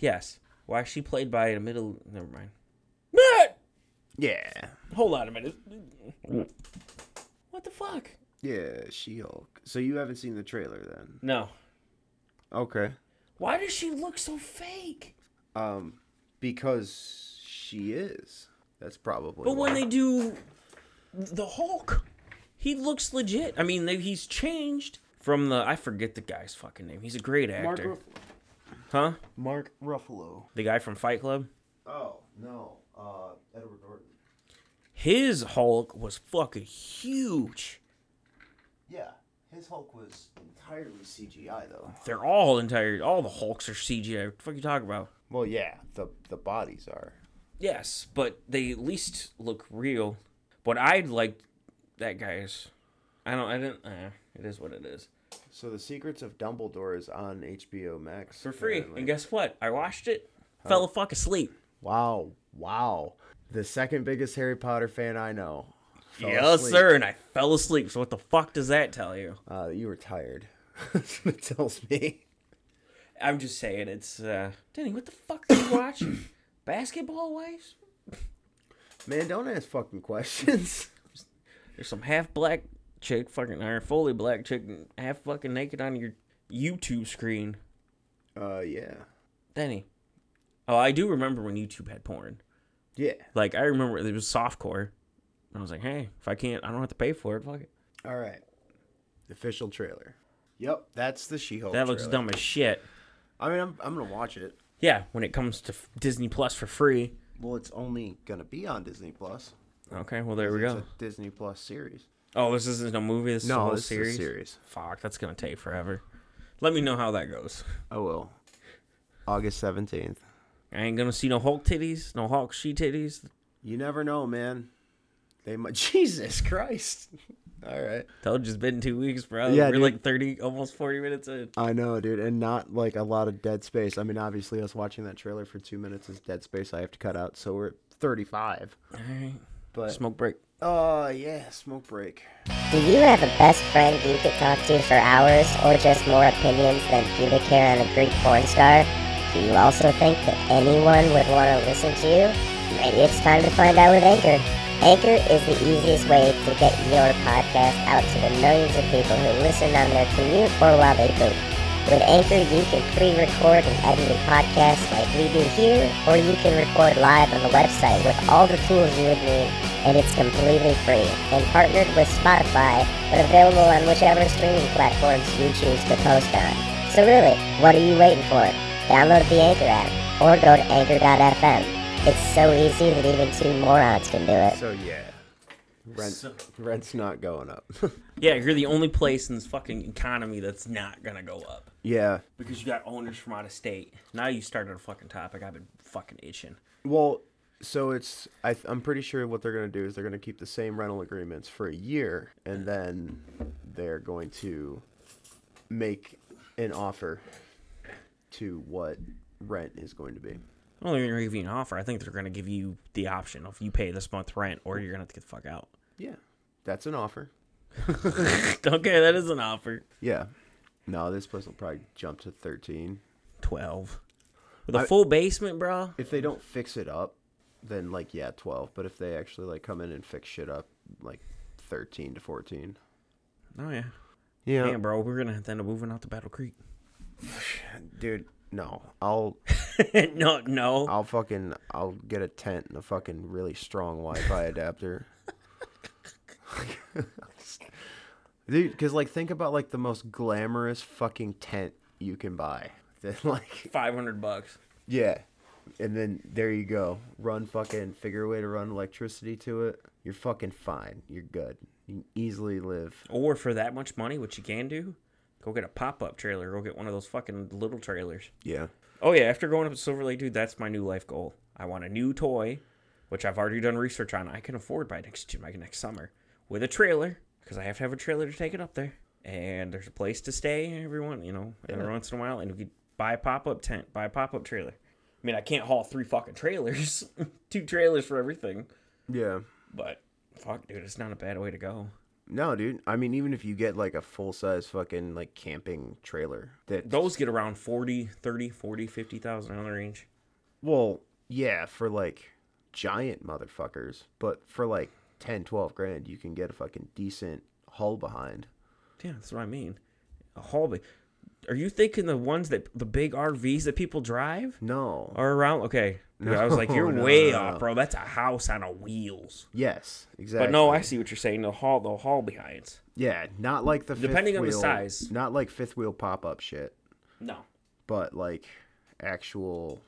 C: Yes, why is she played by a middle? Never mind. Matt,
A: Yeah.
C: hold on a minute. What the fuck?
A: Yeah, She Hulk. So you haven't seen the trailer then?
C: No.
A: Okay.
C: Why does she look so fake?
A: Um, because she is. That's probably.
C: But
A: why.
C: when they do the Hulk, he looks legit. I mean, they, he's changed from the I forget the guy's fucking name. He's a great
A: Mark,
C: actor,
A: Ruff-
C: huh?
A: Mark Ruffalo.
C: The guy from Fight Club.
A: Oh no, uh, Edward Norton.
C: His Hulk was fucking huge.
A: Yeah, his Hulk was entirely CGI though.
C: They're all entire. All the Hulks are CGI. What the fuck you talking about?
A: Well, yeah, the the bodies are.
C: Yes, but they at least look real. But I like that guy's. I don't. I didn't. Uh, it is what it is.
A: So the Secrets of Dumbledore is on HBO Max
C: For free.
A: apparently.
C: And guess what? I watched it. Fell the fuck asleep.
A: Wow, wow, the second biggest Harry Potter fan I know. Fell
C: Yes,
A: asleep.
C: sir. And I fell asleep. So what the fuck does that tell you?
A: Uh, you were tired. That's what it tells me.
C: I'm just saying it's uh Denny, what the fuck are you watching? Basketball wives?
A: Man, don't ask fucking questions.
C: There's some half black chick, fucking or fully black chick and half fucking naked on your YouTube screen.
A: Uh, yeah,
C: Denny. Oh, I do remember when YouTube had porn.
A: yeah.
C: Like I remember it was softcore. And I was like, hey, if I can't I don't have to pay for it, fuck it.
A: All right. Official trailer. Yep, that's the She-Hulk.
C: That looks
A: trailer.
C: dumb as shit.
A: I mean, I'm I'm gonna watch it.
C: Yeah, when it comes to Disney Plus for free.
A: Well, it's only gonna be on Disney Plus.
C: Okay, well there we
A: It's
C: go.
A: a Disney Plus series.
C: Oh, this isn't a movie. This is a
A: No,
C: whole
A: this is a
C: series.
A: series.
C: Fuck, that's gonna take forever. Let me know how that goes.
A: I will. August seventeenth.
C: I ain't gonna see no Hulk titties, no Hulk she titties.
A: You never know, man. They might. Jesus Christ. All right.
C: Told you it's been two weeks, bro.
A: Yeah,
C: We're
A: dude.
C: like thirty, almost forty minutes in.
A: I know, dude, and not like a lot of dead space. I mean, obviously, us watching that trailer for two minutes is dead space. I have to cut out, so we're at thirty-five.
C: All right,
A: But
C: smoke break.
A: oh yeah, smoke break.
B: Do you have a best friend you could talk to for hours or just more opinions than pubic hair on a Greek porn star? Do you also think that anyone would want to listen to you? Maybe it's time to find out with Anchor. Anchor is the easiest way to get your podcast out to the millions of people who listen on their commute or while they poop. With Anchor, you can pre-record and edit a podcast like we do here, or you can record live on the website with all the tools you would need, and it's completely free. And partnered with Spotify, but available on whichever streaming platforms you choose to post on. So really, what are you waiting for? Download the Anchor app, or go to anchor.fm. It's so easy that even two morons can do it.
A: So yeah, rent rent's not going up.
C: Yeah, you're the only place in this fucking economy that's not gonna go up
A: yeah.
C: because you got owners from out of state. Now you started a fucking topic. I've been fucking itching.
A: Well, so it's I, th- I'm pretty sure what they're going to do is they're going to keep the same rental agreements for a year, and then they're going to make an offer to what rent is going to be.
C: I don't think they're gonna give you an offer. I think they're gonna give you the option of you pay this month rent or you're gonna have to get the fuck out.
A: Yeah, that's an offer.
C: okay, that is an offer.
A: Yeah. No, this place will probably jump to 13
C: Twelve with a full basement, bro.
A: if they don't fix it up. Then like yeah, 12. But if they actually like come in and fix shit up, like 13 to 14.
C: Oh yeah.
A: Yeah,
C: Damn, bro, we're gonna have to end up moving out to Battle Creek.
A: dude. No, I'll
C: no, no.
A: I'll fucking I'll get a tent and a fucking really strong Wi-Fi adapter. Dude, because like think about like the most glamorous fucking tent you can buy. Then like
C: Five hundred bucks.
A: yeah, and then there you go. Run fucking figure a way to run electricity to it. You're fucking fine. You're good. You can easily live.
C: Or for that much money, what you can do, go get a pop up trailer. Go get one of those fucking little trailers.
A: Yeah.
C: Oh yeah, after going up to Silver Lake, dude, that's my new life goal. I want a new toy, which I've already done research on. I can afford by next by next summer with a trailer because I have to have a trailer to take it up there. And there's a place to stay. Everyone, you know, every once in a while, and we could buy a pop up tent, buy a pop up trailer. I mean, I can't haul three fucking trailers, two trailers for everything.
A: Yeah.
C: But fuck, dude, it's not a bad way to go.
A: No, dude. I mean, even if you get like a full size fucking like camping trailer that
C: Those get around 40, 30, 40, 50,000 in the range.
A: Well, yeah, for like giant motherfuckers, but for like 10, 12 grand, you can get a fucking decent hull behind.
C: Yeah, that's what I mean. A hallway. Are you thinking the ones that the big RVs that people drive
A: No.
C: are around? Okay, Dude, I was like,
A: No,
C: you're
A: no,
C: way
A: no,
C: off,
A: no.
C: bro. That's a house on a wheels.
A: Yes, exactly.
C: But no, I see what you're saying. The haul, the haul behinds.
A: Yeah, not like the
C: Depending
A: fifth
C: on the
A: wheel-
C: size.
A: Not like fifth wheel pop up shit,
C: No,
A: but like actual,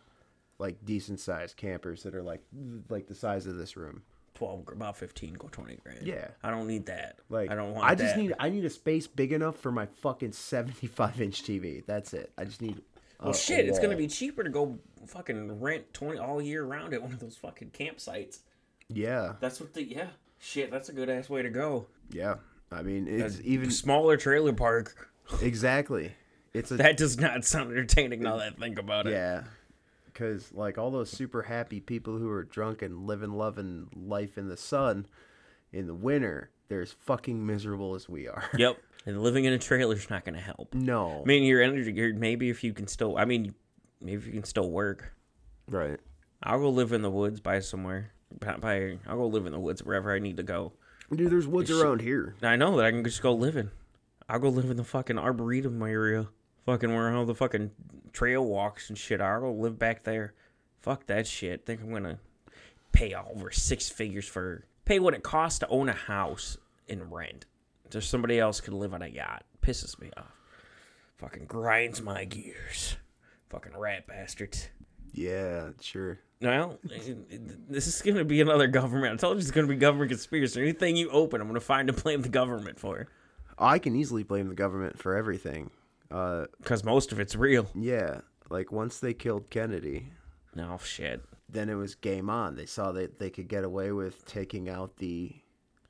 A: like decent sized campers that are like like the size of this room.
C: twelve, gr- about fifteen, go twenty grand.
A: Yeah.
C: I don't need that.
A: Like
C: I don't want.
A: I just
C: that.
A: need I need a space big enough for my fucking seventy five inch TV. That's it. I just need.
C: Well, shit, it's gonna be cheaper to go fucking rent twenty all year round at one of those fucking campsites.
A: Yeah,
C: That's what the yeah. Shit, that's a good ass way to go.
A: yeah. I mean, it's even
C: Smaller trailer park.
A: Exactly. It's a
C: That does not sound entertaining now that I think about it.
A: yeah. Cause like all those super happy people who are drunk and living, loving life in the sun, in the winter, they're as fucking miserable as we are.
C: Yep. And living in a trailer's not going to help.
A: No.
C: I mean, your energy, your, maybe if you can still, I mean, maybe if you can still work.
A: Right.
C: I'll go live in the woods by somewhere. By, by- I'll go live in the woods wherever I need to go.
A: Dude, there's woods around here.
C: I know that I can just go living. I'll go live in the fucking arboretum area. Fucking where all the fucking trail walks and shit are. I'll go live back there. Fuck that shit. Think I'm going to pay over six figures for, pay what it costs to own a house in rent. Just somebody else could live on a yacht. Pisses me off. Fucking grinds my gears. Fucking rat bastards.
A: Yeah, sure.
C: Well, this is going to be another government. I told you it's going to be government conspiracy. Anything you open, I'm going to find to blame the government for.
A: I can easily blame the government for everything. Uh
C: Because most of it's real.
A: yeah. Like once they killed Kennedy,
C: No, Oh, shit.
A: then it was game on. They saw that they could get away with taking out the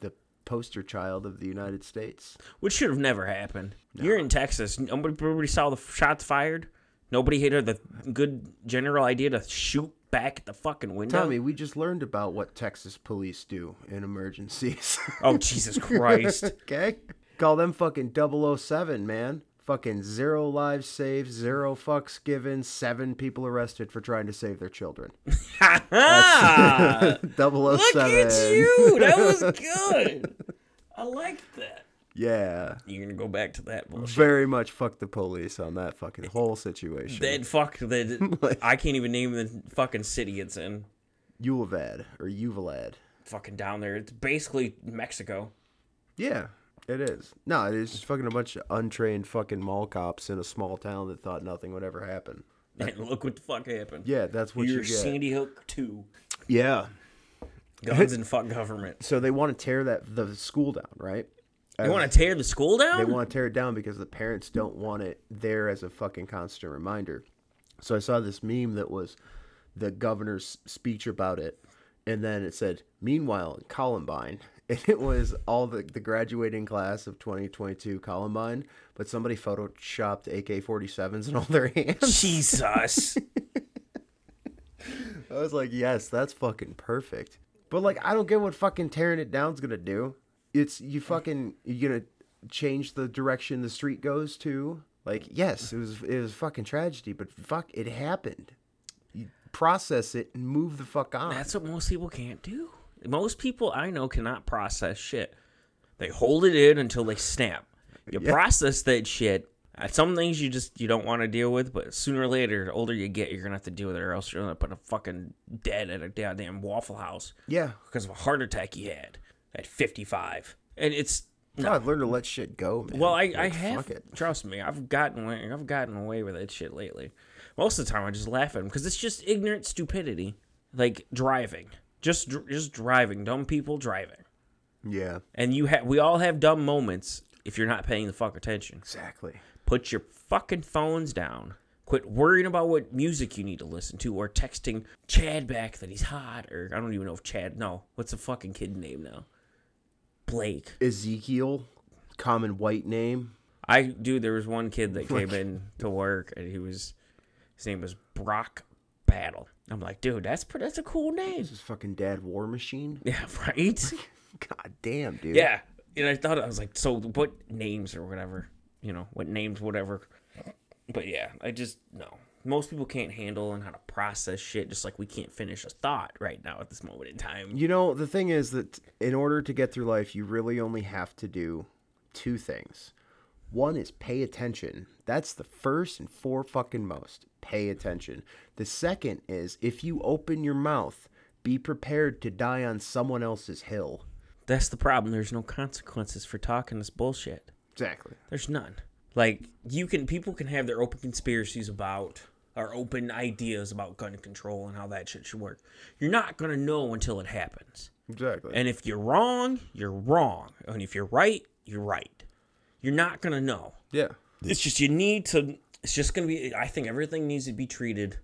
A: the poster child of the United States.
C: Which should have never happened. You're in Texas. Nobody, everybody saw the f- shots fired. Nobody had the good general idea to shoot back at the fucking window.
A: Tommy, we just learned about what Texas police do in emergencies.
C: Oh, Jesus Christ.
A: okay? Call them fucking 007, man. Fucking zero lives saved, zero fucks given, seven people arrested for trying to save their children.
C: ah!
A: 007.
C: Look at you. That was good. I like that.
A: Yeah.
C: You're going to go back to that bullshit.
A: Very much fuck the police on that fucking whole situation.
C: That fuck that I can't even name the fucking city it's in.
A: Uvalad or Uvalad.
C: Fucking down there. It's basically Mexico.
A: Yeah, it is. No, it is just fucking a bunch of untrained fucking mall cops in a small town that thought nothing would ever happen.
C: And look what the fuck happened.
A: Yeah, that's what
C: You're
A: you get.
C: Sandy Hook 2.
A: yeah,
C: Guns and fuck government.
A: so they want to tear that the school down, right?
C: They want to tear the school
A: They
C: down?
A: want to tear it down because the parents don't want it there as a fucking constant reminder. So I saw this meme that was the governor's speech about it, and then it said, "Meanwhile, in Columbine." And it was all the, the graduating class of 2022 Columbine, but somebody photoshopped AK 47s in all their hands.
C: Jesus.
A: I was like, yes, that's fucking perfect. But like, I don't get what fucking tearing it down's gonna do. It's you
C: Mm.
A: fucking you gonna change the direction the street goes to. Like, yes, it was it was a fucking tragedy, but fuck, it happened. You process it and move the fuck on.
C: That's what most people can't do. Most people I know cannot process shit. They hold it in until they snap. You process that shit Uh, Some things you just you don't want to deal with, but sooner or later, the older you get, you're gonna have to deal with it, or else you're gonna put a fucking dead at a goddamn Waffle House
A: Yeah.
C: because of a heart attack he had at 55. And it's
A: No, I've learned to let shit go, man.
C: well, I, I
A: Like,
C: have
A: Fuck it.
C: trust me, I've gotten away, I've gotten away with that shit lately. Most of the time, I just laugh at them because it's just ignorant stupidity, like driving, just dr- just driving, dumb people driving,
A: Yeah.
C: and you have we all have dumb moments if you're not paying the fuck attention.
A: Exactly.
C: Put your fucking phones down. Quit worrying about what music you need to listen to or texting Chad back that he's hot or I don't even know if Chad. No, what's the fucking kid name now? Blake.
A: Ezekiel, common white name.
C: I dude, there was one kid that came in to work and he was his name was Brock Battle. I'm like, dude, that's pretty, that's a cool name.
A: This is fucking Dad War Machine.
C: Yeah, right.
A: God damn, dude.
C: Yeah, and I thought I was like, so what names or whatever, you know, what names whatever. But yeah, I just no. Most people can't handle and how to process shit. Just like we can't finish a thought right now at this moment in time.
A: You know, the thing is that in order to get through life, you really only have to do two things. One is pay attention. That's the first and four fucking most. Pay attention. The second is if you open your mouth, be prepared to die on someone else's hill.
C: That's the problem. There's no consequences for talking this bullshit.
A: Exactly.
C: There's none. Like you can people can have their open conspiracies about or open ideas about gun control and how that shit should work. You're not gonna know until it happens.
A: Exactly.
C: And if you're wrong, you're wrong. And if you're right, you're right. You're not gonna know.
A: yeah.
C: It's just you need to it's just gonna be I think everything needs to be treated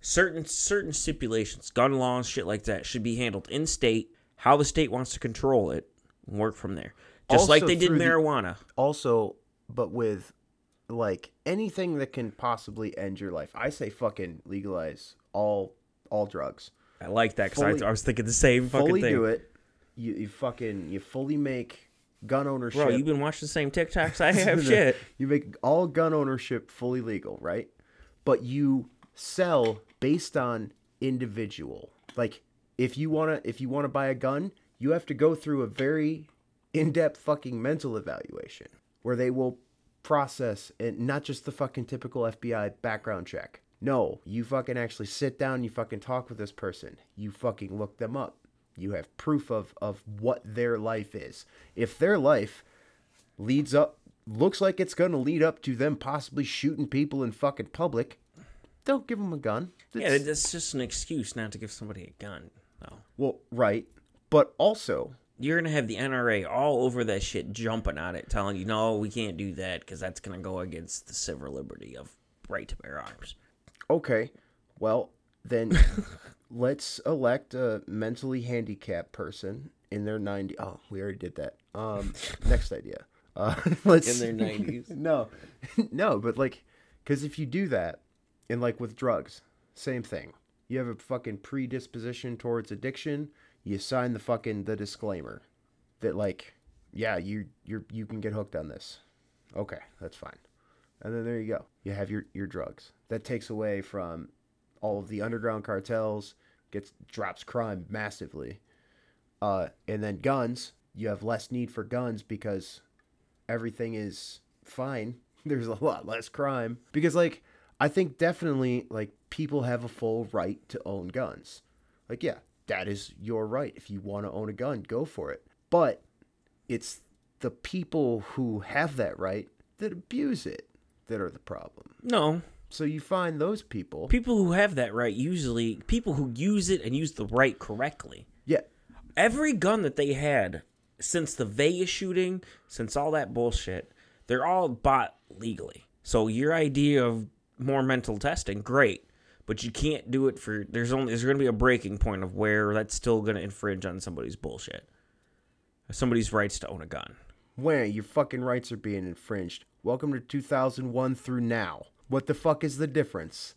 C: certain certain stipulations, gun laws, shit like that should be handled in state, how the state wants to control it, and work from there. Just like
A: Also
C: they did
A: through the-
C: marijuana.
A: Also, but with like anything that can possibly end your life, I say fucking legalize all all drugs.
C: I like that because
A: Fully-
C: I, I was thinking the same fucking
A: fully
C: thing.
A: do it. You, you fucking you fully make gun ownership.
C: Bro, you've been watching the same TikToks I have. shit.
A: You make all gun ownership fully legal, right? But you sell based on individual. Like if you wanna if you wanna buy a gun, you have to go through a very in depth fucking mental evaluation where they will process and not just the fucking typical FBI background check. No, you fucking actually sit down, you fucking talk with this person. You fucking look them up. You have proof of, of what their life is. If their life leads up looks like it's going to lead up to them possibly shooting people in fucking public don't give them a gun
C: Yeah,
A: It's-
C: that's just an excuse not to give somebody a gun. No.
A: well right but also
C: You're going to have the NRA all over that shit jumping on it, telling you, no, we can't do that because that's going to go against the civil liberty of right to bear arms.
A: okay well then let's elect a mentally handicapped person in their 90 oh we already did that um next idea uh let's
C: In their 90s.
A: no no but like because if you do that and like with drugs same thing you have a fucking predisposition towards addiction you sign the fucking the disclaimer that like yeah you you're you can get hooked on this okay that's fine and then there you go you have your your drugs that takes away from all of the underground cartels gets drops crime massively uh and then guns you have less need for guns because everything is fine. There's a lot less crime because like I think definitely like people have a full right to own guns. Like yeah, that is your right. If you want to own a gun, go for it. But it's the people who have that right that abuse it that are the problem.
C: No.
A: So you find those people.
C: People who have that right usually, people who use it and use the right correctly.
A: Yeah.
C: every gun that they had since the Vegas shooting, since all that bullshit, they're all bought legally. So your idea of more mental testing, great, but you can't do it for there's only there's going to be a breaking point of where that's still going to infringe on somebody's bullshit. Somebody's rights to own a gun.
A: Where your fucking rights are being infringed. Welcome to 2001 through now. What the fuck is the difference?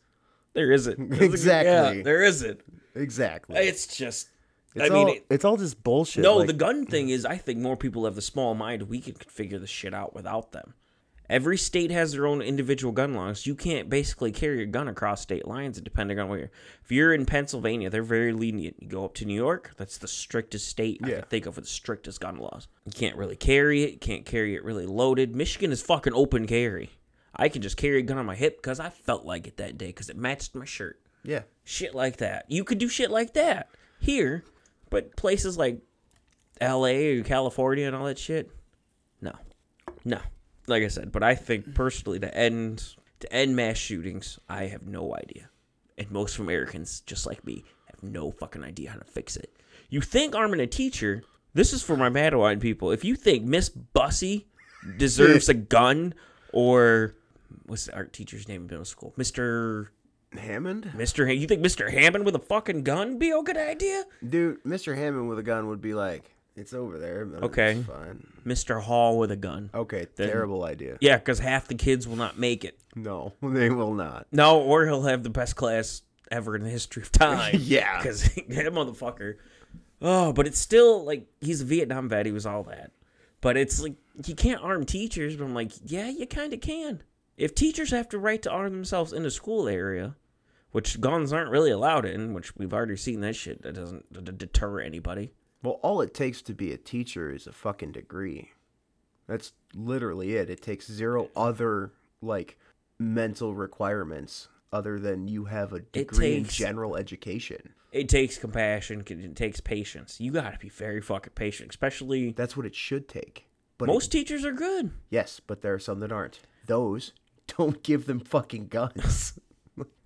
C: There isn't.
A: Exactly.
C: Yeah, there isn't.
A: Exactly.
C: It's just
A: It's
C: I mean
A: all,
C: it,
A: it's all just bullshit.
C: No,
A: like-
C: the gun thing is, I think more people have the small mind. We can figure this shit out without them. Every state has their own individual gun laws. You can't basically carry a gun across state lines, depending on where you're. If you're in Pennsylvania, they're very lenient. You go up to New York, that's the strictest state I
A: Yeah.
C: can think of with the strictest gun laws. You can't really carry it. You can't carry it really loaded. Michigan is fucking open carry. I could just carry a gun on my hip because I felt like it that day because it matched my shirt.
A: Yeah.
C: Shit like that. You could do shit like that here, but places like L.A. or California and all that shit, no, no. Like I said, but I think personally to end to end mass shootings, I have no idea, and most Americans, just like me, have no fucking idea how to fix it. You think arming a teacher? This is for my Matawan people. If you think Miss Bussy deserves a gun, or what's the art teacher's name in middle school, Mister
A: Hammond?
C: Mister, Ham- you think Mister Hammond with a fucking gun be a good idea?
A: Dude, Mr. Hammond with a gun would be like, it's over there. but
C: Okay.
A: It's fine.
C: Mister Hall with a gun.
A: Okay, terrible idea.
C: Yeah, because half the kids will not make it.
A: No, they will not.
C: No, or he'll have the best class ever in the history of time.
A: Yeah.
C: Because that motherfucker. Oh, but it's still like he's a Vietnam vet. He was all that. But it's like you can't arm teachers. But I'm like, yeah, you kind of can. If teachers have to right to arm themselves in a school area, which guns aren't really allowed in, which we've already seen that shit, that doesn't d- d- deter anybody.
A: Well, all it takes to be a teacher is a fucking degree. That's literally it. It takes zero other like mental requirements other than you have a degree in
C: takes-
A: general education.
C: It takes compassion. It takes patience. You got to be very fucking patient, especially.
A: That's what it should take. But it-
C: Most teachers are good.
A: yes, but there are some that aren't. Those don't give them fucking guns.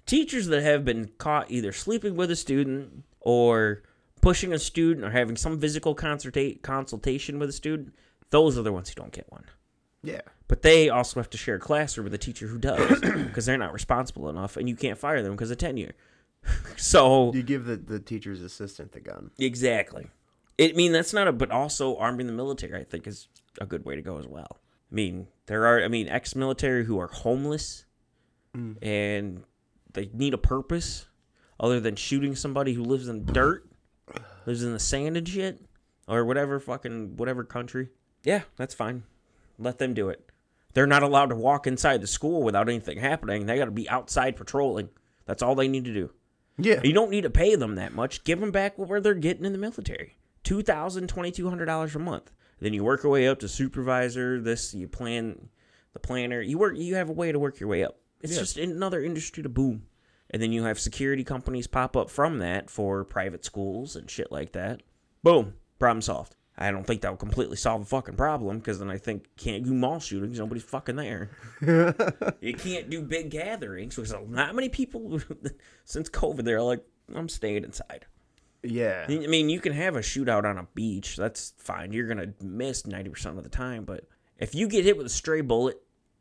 C: teachers that have been caught either sleeping with a student or pushing a student or having some physical consulta- consultation with a student, those are the ones who don't get one.
A: yeah.
C: But they also have to share a classroom with a teacher who does because they're not responsible enough and you can't fire them because of tenure. so,
A: You give the, the teacher's assistant the gun.
C: exactly. I mean, that's not a, but also arming the military, I think, is a good way to go as well. I mean, there are, I mean, ex military who are homeless and they need a purpose other than shooting somebody who lives in dirt, lives in the sand and shit, or whatever fucking, whatever country. Yeah, that's fine. Let them do it. They're not allowed to walk inside the school without anything happening. They got to be outside patrolling. That's all they need to do.
A: Yeah.
C: You don't need to pay them that much. Give them back what they're getting in the military. Two thousand, twenty-two hundred dollars a month. Then you work your way up to supervisor. This you plan, the planner. You work. You have a way to work your way up. It's just another industry to boom. And then you have security companies pop up from that for private schools and shit like that. Boom, problem solved. I don't think that will completely solve the fucking problem because then I think you can't do mall shootings. Nobody's fucking there. You can't do big gatherings because not many people since COVID they're like, I'm staying inside.
A: Yeah.
C: I mean, you can have a shootout on a beach. That's fine. You're gonna miss ninety percent of the time, but if you get hit with a stray bullet,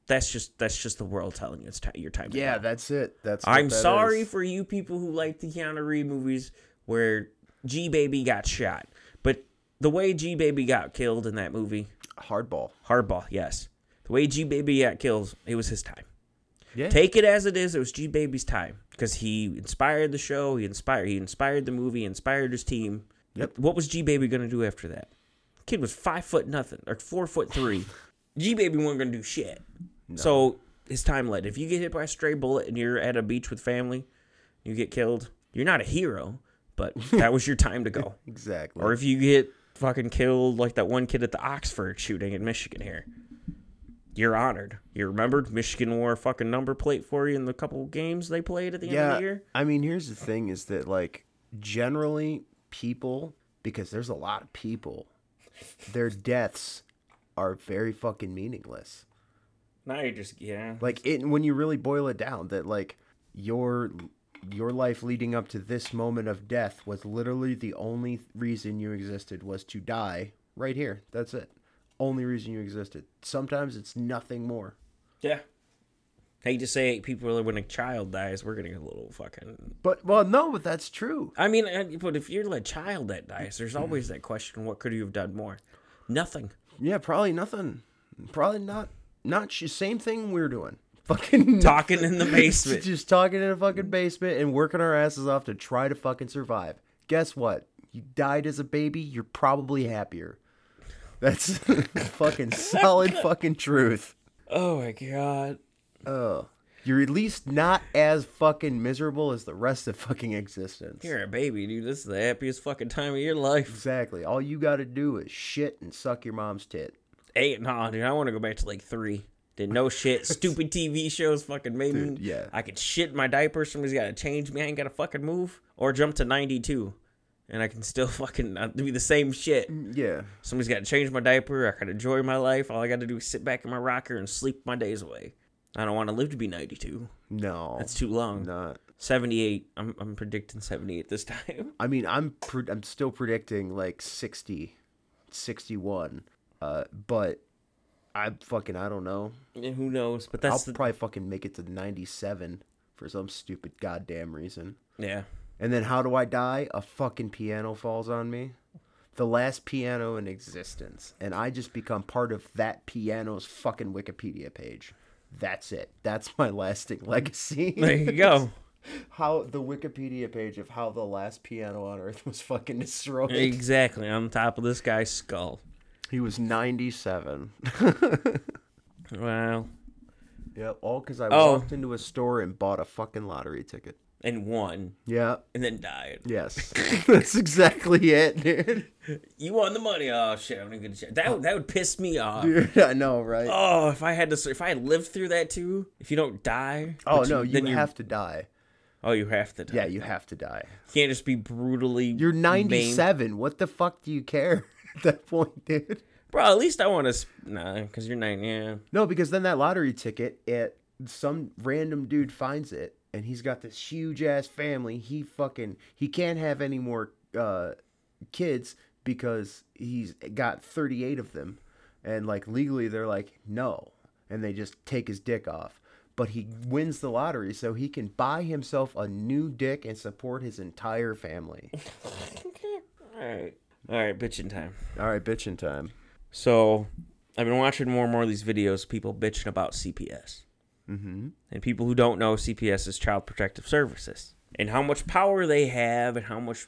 C: that's just that's just the world telling you it's ti your time. to
A: Yeah,
C: go.
A: that's it. That's what
C: I'm
A: that
C: sorry
A: is.
C: for you people who like the Keanu Reeves movies where G Baby got shot, but the way G Baby got killed in that movie,
A: hardball.
C: Hardball, yes, the way G Baby got killed, it was his time.
A: Yeah.
C: Take it as it is. It was G Baby's time because he inspired the show. He inspired. He inspired the movie. He inspired his team.
A: Yep.
C: What was G Baby gonna do after that? Kid was five foot nothing or four foot three. G Baby wasn't gonna do shit. So his time led. If you get hit by a stray bullet and you're at a beach with family, you get killed. You're not a hero, but that was your time to go.
A: exactly.
C: Or if you get fucking killed like that one kid at the Oxford shooting in Michigan here, you're honored. You're remembered. Michigan wore a fucking number plate for you in the couple games they played at the end of the year.
A: I mean, here's the thing is that like generally people because there's a lot of people, their deaths are very fucking meaningless.
C: Now you're just yeah.
A: Like it when you really boil it down that like your your life leading up to this moment of death was literally the only reason you existed was to die right here. That's it. Only reason you existed. Sometimes it's nothing more.
C: Yeah. Hate to say it, people are when a child dies, we're getting a little fucking.
A: But well, no, but that's true.
C: I mean, I- but if you're a child that dies, there's always that question: What could you have done more? Nothing.
A: Yeah, probably nothing. Probably not. Not sh- same thing we're doing. Fucking
C: Talking in the basement.
A: just talking in a fucking basement and working our asses off to try to fucking survive. Guess what? You died as a baby. You're probably happier. That's fucking solid fucking truth.
C: Oh my god.
A: Oh, you're at least not as fucking miserable as the rest of fucking existence.
C: You're a baby, dude. This is the happiest fucking time of your life.
A: Exactly. All you got to do is shit and suck your mom's tit.
C: eight. Nah, dude, I want to go back to like three. Did no shit. Stupid TV shows fucking made
A: Dude,
C: me.
A: yeah.
C: I could shit in my diaper. Somebody's got to change me. I ain't got to fucking move or jump to 92. And I can still fucking uh, do the same shit.
A: Yeah.
C: Somebody's got to change my diaper. I can enjoy my life. All I got to do is sit back in my rocker and sleep my days away. I don't want to live to be 92.
A: No.
C: That's too long.
A: not.
C: 78. I'm, I'm predicting 78 this time.
A: I mean, I'm pre- I'm still predicting like 60, 61. Uh, but I fucking I don't know.
C: Yeah, who knows? But
A: I'll
C: that's the,
A: probably fucking make it to 97 for some stupid goddamn reason.
C: yeah.
A: And then how do I die? A fucking piano falls on me. The last piano in existence. And I just become part of that piano's fucking Wikipedia page. That's it. That's my lasting legacy.
C: There you go.
A: how the Wikipedia page of how the last piano on earth was fucking destroyed.
C: exactly. On top of this guy's skull.
A: He was 97.
C: Well,
A: yeah, all because I
C: Oh.
A: walked into a store and bought a fucking lottery ticket.
C: and won,
A: Yeah.
C: and then died.
A: Yes. That's exactly it, dude.
C: You won the money. Oh shit! I'm not gonna share. That that would piss me off.
A: Dude, I know, right?
C: Oh, if I had to, if I had lived through that too. If you don't die,
A: oh,
C: but
A: no, you
C: then
A: have to die.
C: Oh, you have to die.
A: Yeah, you have to die.
C: You can't just be brutally.
A: You're
C: maimed.
A: 97. What the fuck do you care at that point, dude?
C: bro. At least I want to. Nah, because you're nine. Yeah,
A: No, because then that lottery ticket, it some random dude finds it, and he's got this huge ass family. He fucking he can't have any more uh, kids because he's got 38 of them, and like legally they're like no, and they just take his dick off. But he wins the lottery, so he can buy himself a new dick and support his entire family.
C: all right, all right, bitching time.
A: All right, bitching time.
C: So, I've been watching more and more of these videos, people bitching about CPS.
A: Mm-hmm.
C: And people who don't know, CPS is Child Protective Services, and how much power they have, and how much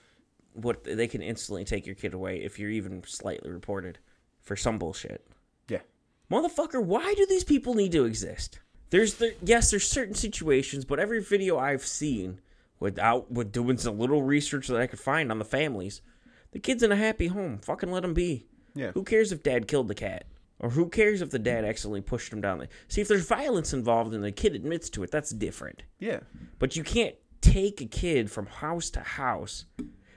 C: what they can instantly take your kid away if you're even slightly reported for some bullshit.
A: Yeah.
C: Motherfucker, why do these people need to exist? There's the yes, there's certain situations, but every video I've seen without with doing some little research that I could find on the families, the kid's in a happy home. Fucking let him be.
A: Yeah.
C: Who cares if dad killed the cat? Or who cares if the dad accidentally pushed him down the See if there's violence involved and the kid admits to it, that's different.
A: Yeah.
C: But you can't take a kid from house to house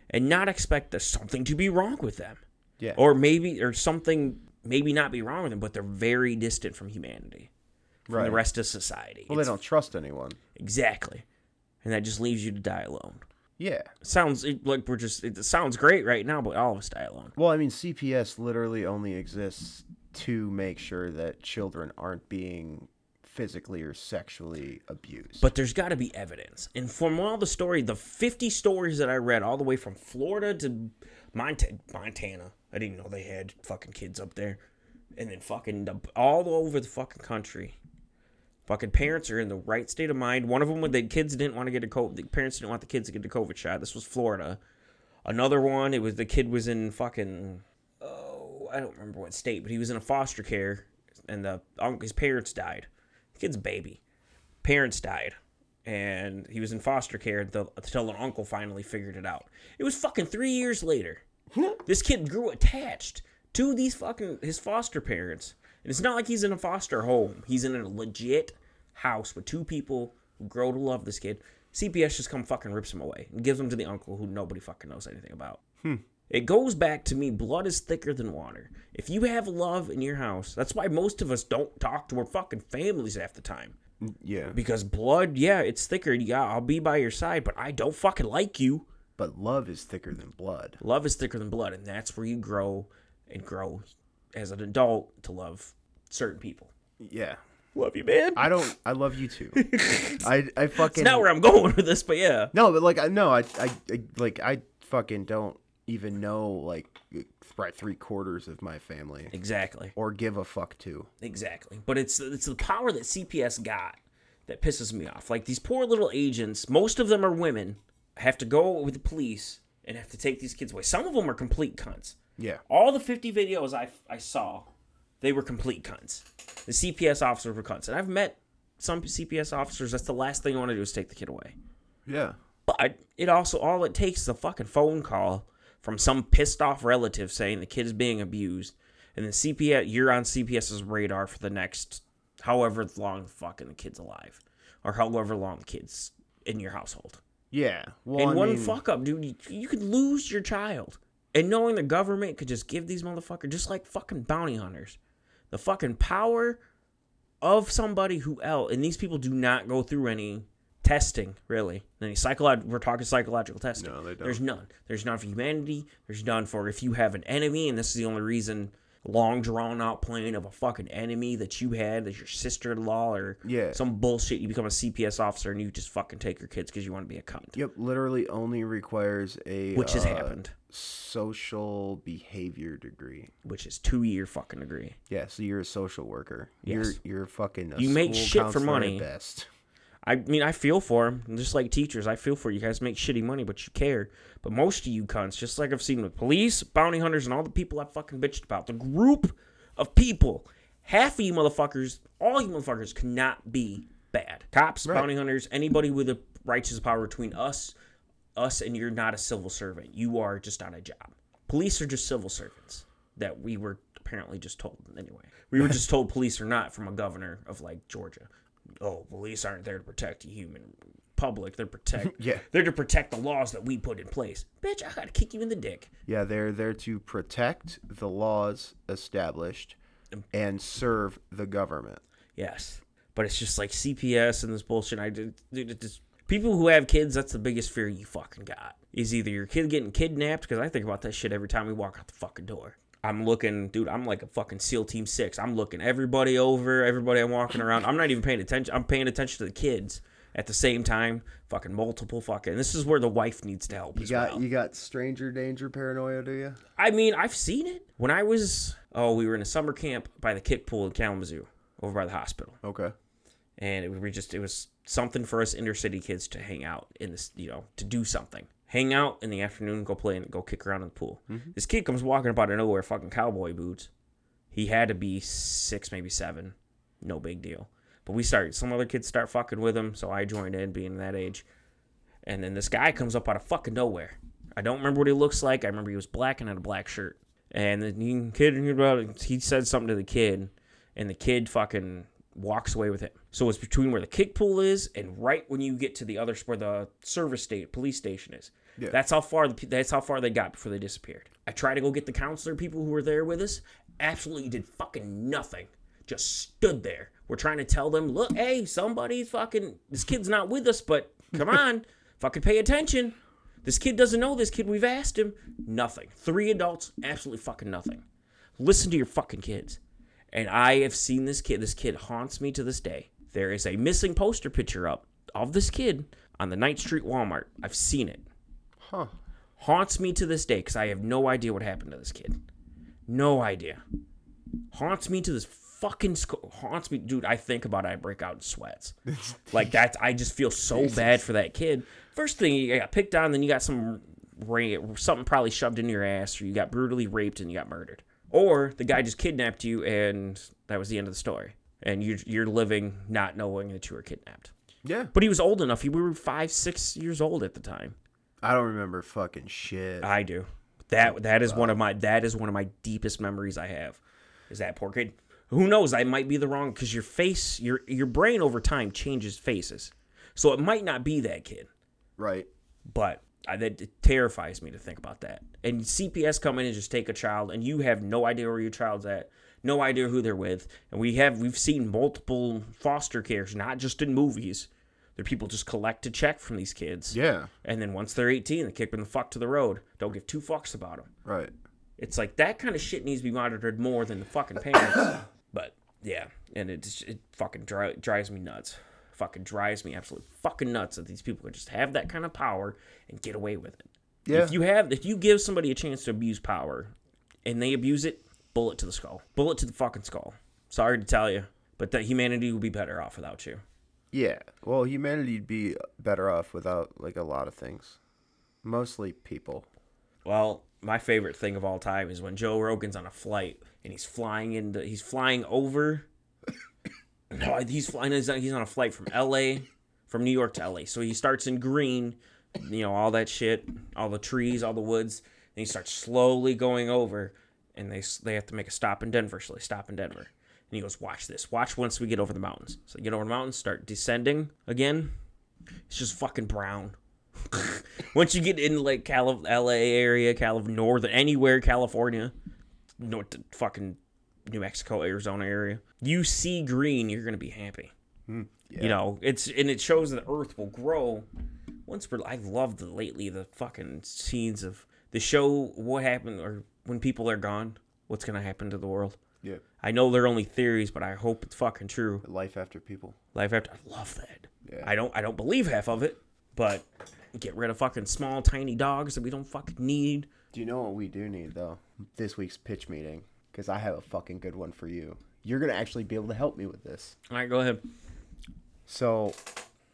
C: and not expect there's something to be wrong with them.
A: Yeah.
C: Or maybe or something maybe not be wrong with them, but they're very distant from humanity. From
A: right.
C: the rest of society.
A: well, they
C: It's-
A: don't trust anyone.
C: Exactly. And that just leaves you to die alone.
A: Yeah.
C: Sounds it, like we're just it sounds great right now, but all of us die alone.
A: Well, I mean, CPS literally only exists to make sure that children aren't being physically or sexually abused.
C: But there's got to be evidence. And from all the story, the 50 stories that I read, all the way from Florida to Monta- Montana, I didn't know they had fucking kids up there. And then fucking the, all over the fucking country. Fucking parents are in the right state of mind. One of them, when the kids didn't want to get a COVID, the parents didn't want the kids to get a COVID shot. This was Florida. Another one, it was the kid was in fucking oh, I don't remember what state, but he was in a foster care, and the uncle, his parents died. The kid's a baby. Parents died, and he was in foster care until, until an uncle finally figured it out. It was fucking three years later. this kid grew attached to these fucking his foster parents, and it's not like he's in a foster home. He's in a legit house with two people who grow to love this kid. CPS just come fucking rips him away and gives him to the uncle who nobody fucking knows anything about. It goes back to me blood is thicker than water. If you have love in your house, that's why most of us don't talk to our fucking families half the time.
A: yeah.
C: Because blood, yeah, it's thicker. Yeah, I'll be by your side, but I don't fucking like you.
A: But love is thicker than blood.
C: Love is thicker than blood, and that's where you grow and grow as an adult to love certain people.
A: Yeah.
C: Love you, man.
A: I don't. I love you too. I. I fucking.
C: It's not where I'm going with this, but yeah.
A: no, but like I no. I, I. I. Like I fucking don't even know like right three quarters of my family
C: Exactly.
A: or give a fuck to.
C: Exactly. But it's it's the power that CPS got that pisses me off. Like these poor little agents, most of them are women, have to go with the police and have to take these kids away. Some of them are complete cunts.
A: Yeah.
C: All the 50 videos I, I saw, they were complete cunts. The CPS officers were cunts. And I've met some CPS officers, that's the last thing I want to do is take the kid away.
A: Yeah.
C: But it also all it takes is a fucking phone call from some pissed off relative saying the kid is being abused, and then CPS you're on CPS's radar for the next however long fucking the kid's alive, or however long the kid's in your household.
A: Yeah. Well,
C: And
A: I
C: one
A: mean,
C: fuck up, dude, you, you could lose your child. And knowing the government could just give these motherfuckers, just like fucking bounty hunters, the fucking power of somebody who else. And these people do not go through any testing, really. Any psycholo- We're talking psychological testing.
A: No, they don't.
C: There's none. There's none for humanity. There's none for if you have an enemy, and this is the only reason long drawn out plan of a fucking enemy that you had as your sister in law or
A: Yeah.
C: some bullshit. You become a CPS officer and you just fucking take your kids because you want to be a cunt
A: Yep. Literally only requires a
C: which has
A: uh,
C: happened,
A: social behavior degree.
C: which is two year fucking degree.
A: Yeah. So you're a social worker.
C: Yes.
A: You're you're fucking. A
C: You make
A: school
C: shit for
A: counselor at
C: money.
A: Best.
C: I mean, I feel for them, just like teachers. I feel for you guys make shitty money, but you care. But most of you cunts, just like I've seen with police, bounty hunters, and all the people I fucking bitched about, the group of people, half of you motherfuckers, all you motherfuckers, cannot be bad. Cops, bounty hunters, anybody with a righteous power between us, us, and you're not a civil servant. You are just on a job. Police are just civil servants that we were apparently just told. Anyway, we were just told police are not from a governor of like Georgia. Oh, police aren't there to protect the human public. They're protect.
A: Yeah.
C: They're to protect the laws that we put in place. Bitch, I gotta kick you in the dick.
A: Yeah, they're there to protect the laws established and serve the government.
C: Yes, but it's just like CPS and this bullshit. I did. Dude, it just, people who have kids, that's the biggest fear you fucking got is either your kid getting kidnapped. Because I think about that shit every time we walk out the fucking door. I'm looking, dude. I'm like a fucking SEAL Team Six. I'm looking everybody over, everybody I'm walking around. I'm not even paying attention. I'm paying attention to the kids at the same time. Fucking multiple fucking. This is where the wife needs to help. as
A: You got
C: well.
A: you got stranger danger paranoia, do you?
C: I mean, I've seen it. When I was, oh, we were in a summer camp by the kick pool in Kalamazoo, over by the hospital,
A: Okay.
C: and it was just it was something for us inner city kids to hang out in this, you know, to do something, hang out in the afternoon, go play and go kick around in the pool. This kid comes walking up out of nowhere, fucking cowboy boots. He had to be six, maybe seven, no big deal. But we started. Some other kids start fucking with him, so I joined in, being that age. And then this guy comes up out of fucking nowhere. I don't remember what he looks like. I remember he was black and had a black shirt. And the he- kid, he said something to the kid, and the kid fucking walks away with him. So it's between where the kick pool is and right when you get to the other where the service state police station is.
A: Yeah.
C: That's how far the, pe- that's how far they got before they disappeared. I tried to go get the counselor people who were there with us. Absolutely did fucking nothing. Just stood there. We're trying to tell them, look, hey, somebody's fucking this kid's not with us, but come on, fucking pay attention. This kid doesn't know this kid. We've asked him. Nothing. Three adults, absolutely fucking nothing. Listen to your fucking kids. And I have seen this kid. This kid haunts me to this day. There is a missing poster picture up of this kid on the 9th Street Walmart. I've seen it.
A: Huh.
C: Haunts me to this day because I have no idea what happened to this kid. No idea. Haunts me to this fucking sco- haunts me, dude. I think about it, I break out in sweats. like that's I just feel so bad for that kid. First thing you got picked on, then you got some ra- something probably shoved into your ass, or you got brutally raped and you got murdered, or the guy just kidnapped you and that was the end of the story, and you're you're living not knowing that you were kidnapped.
A: Yeah.
C: But he was old enough. He, we were five, six years old at the time.
A: I don't remember fucking shit.
C: I do. That that is one of my that is one of my deepest memories I have. Is that poor kid? Who knows? I might be the wrong because your face, your your brain over time changes faces, so it might not be that kid.
A: right.
C: But I, that it terrifies me to think about that. And CPS come in and just take a child, and you have no idea where your child's at, no idea who they're with. And we have we've seen multiple foster cares, not just in movies. There are people just collect a check from these kids.
A: Yeah.
C: And then once they're 18, they kick them the fuck to the road. Don't give two fucks about them.
A: Right.
C: It's like that kind of shit needs to be monitored more than the fucking parents. but yeah, and it just, it fucking dri- drives me nuts. Fucking drives me absolutely fucking nuts that these people can just have that kind of power and get away with it.
A: Yeah.
C: If you have, if you give somebody a chance to abuse power, and they abuse it, bullet to the skull, bullet to the fucking skull. Sorry to tell you, but that humanity will be better off without you.
A: yeah. Well, humanity'd be better off without like a lot of things. Mostly people.
C: Well, my favorite thing of all time is when Joe Rogan's on a flight and he's flying into he's flying over. no, he's flying. He's on, he's on a flight from L.A. from New York to L.A. So he starts in green, you know, all that shit, all the trees, all the woods, and he starts slowly going over. And they s- they have to make a stop in Denver, so they stop in Denver. And he goes, Watch this. Watch once we get over the mountains. So they get over the mountains, start descending again. It's just fucking brown. once you get in like Calif- LA area, Calif- Northern, anywhere, California, North, fucking New Mexico, Arizona area, you see green, you're going to be happy.
A: yeah.
C: You know, it's, and it shows that Earth will grow once we're I loved lately the fucking scenes of the show what happened or when people are gone, what's gonna happen to the world.
A: Yeah.
C: I know they're only theories, but I hope it's fucking true.
A: Life after people.
C: Life after I love that.
A: Yeah.
C: I don't I don't believe half of it, but get rid of fucking small tiny dogs that we don't fucking need.
A: Do you know what we do need though? This week's pitch meeting, because I have a fucking good one for you. You're gonna actually be able to help me with this.
C: Alright, go ahead.
A: So,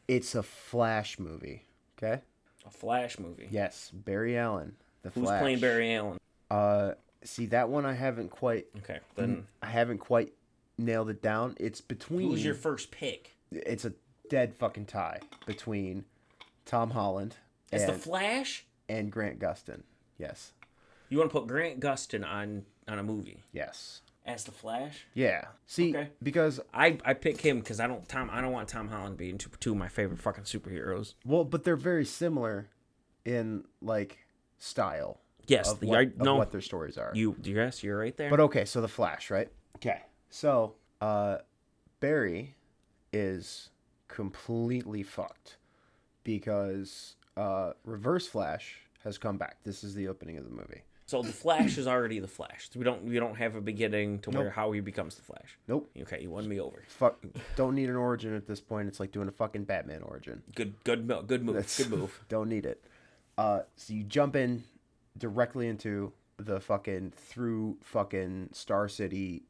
A: it's a Flash movie. Okay.
C: A Flash movie.
A: Yes, Barry Allen. The
C: Who's
A: Flash.
C: playing Barry Allen?
A: Uh, see that one I haven't quite.
C: Okay. Then
A: I haven't quite nailed it down. It's between.
C: who's your first pick?
A: It's a dead fucking tie between Tom Holland
C: It's
A: and,
C: the Flash?
A: and Grant Gustin. Yes.
C: You wanna put Grant Gustin on on a movie
A: Yes.
C: as the Flash?
A: Yeah. See,
C: Okay.
A: because
C: I, I pick him because I don't Tom I don't want Tom Holland being two, two of my favorite fucking superheroes.
A: well, but they're very similar in like style
C: Yes,
A: of
C: the-
A: what,
C: I-
A: of
C: no,
A: what their stories are.
C: you yes, you're right there.
A: But uh, okay, so the Flash, right? Okay. So, uh, Barry is completely fucked because uh, Reverse Flash has come back. This is the opening of the movie.
C: so the Flash is already the Flash. We don't we don't have a beginning to where how he becomes the Flash.
A: Nope.
C: Okay, you won me over.
A: Fuck. Don't need an origin at this point. It's like doing a fucking Batman origin.
C: Good good mo- good move.
A: That's-
C: Good move.
A: Don't need it. Uh, so you jump in directly into the fucking through fucking Star City,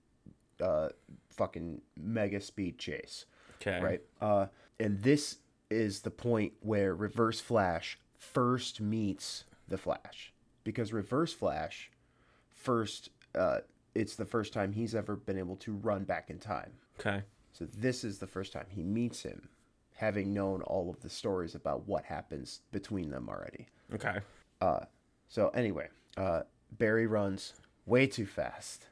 A: uh, fucking mega speed chase.
C: Okay.
A: right? Uh, and this is the point where Reverse Flash first meets the Flash because Reverse Flash first, uh, it's the first time he's ever been able to run back in time.
C: Okay.
A: So this is the first time he meets him, having known all of the stories about what happens between them already.
C: Okay.
A: So anyway, uh, Barry runs way too fast,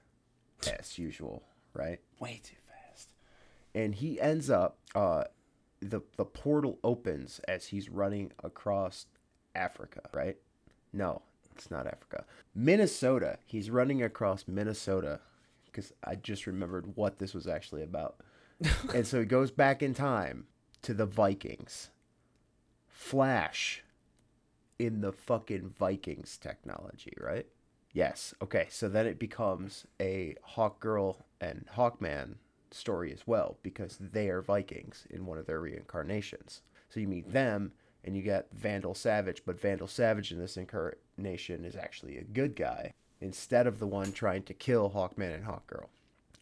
A: as usual, right? Way too fast, and he ends up. Uh, the The portal opens as he's running across Africa, right? No, it's not Africa. Minnesota. He's running across Minnesota because I just remembered what this was actually about. and so he goes back in time to the Vikings. Flash in the fucking Vikings technology, right? Yes. Okay. So then it becomes a Hawk Girl and Hawkman story as well because they are Vikings in one of their reincarnations. So you meet them and you get Vandal Savage, but Vandal Savage in this incarnation is actually a good guy instead of the one trying to kill Hawkman and Hawk Girl.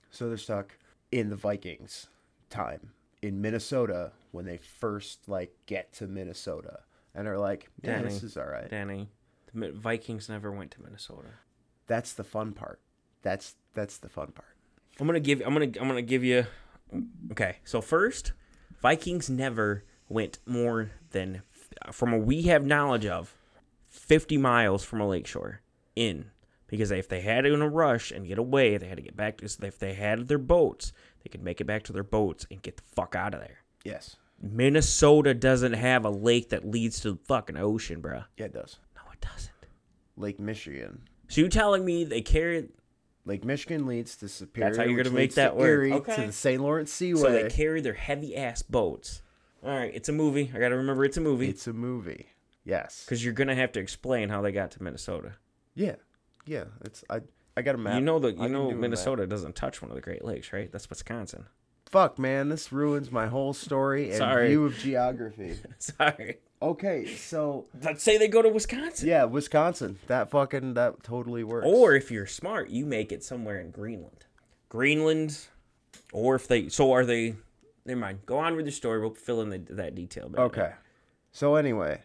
A: So they're stuck in the Vikings time in Minnesota when they first like get to Minnesota and are like, yeah,
C: Danny.
A: this is all right.
C: Danny, the Mi- Vikings never went to Minnesota.
A: That's the fun part. That's that's the fun part.
C: I'm gonna give I'm gonna I'm gonna give you. Okay, so first, Vikings never went more than from what we have knowledge of, 50 miles from a lakeshore in because if they had it in a rush and get away, they had to get back to. So if they had their boats, they could make it back to their boats and get the fuck out of there.
A: Yes.
C: Minnesota doesn't have a lake that leads to the fucking ocean, bruh.
A: Yeah, it does.
C: No, it doesn't.
A: Lake Michigan.
C: So you telling me they carried
A: Lake Michigan leads to Superior.
C: how you're
A: which
C: gonna make
A: leads to
C: that work.
A: Erie,
C: Okay.
A: To the St. Lawrence Seaway.
C: So they carry their heavy ass boats. All right, it's a movie. I gotta remember it's a movie
A: it's a movie. Yes.
C: because you're gonna have to explain how they got to Minnesota.
A: Yeah. Yeah. It's I. I got a map.
C: You know
A: I
C: that you
A: can
C: know
A: do a map.
C: Minnesota doesn't touch one of the Great Lakes, right? That's Wisconsin.
A: Fuck, man. This ruins my whole story and
C: Sorry.
A: view of geography.
C: Sorry.
A: Okay, so
C: Let's say they go to Wisconsin.
A: yeah, Wisconsin. That fucking that totally works.
C: Or if you're smart, you make it somewhere in Greenland. Greenland, or if they so are they. Never mind. Go on with the story. We'll fill in the, that detail. better.
A: okay. So anyway,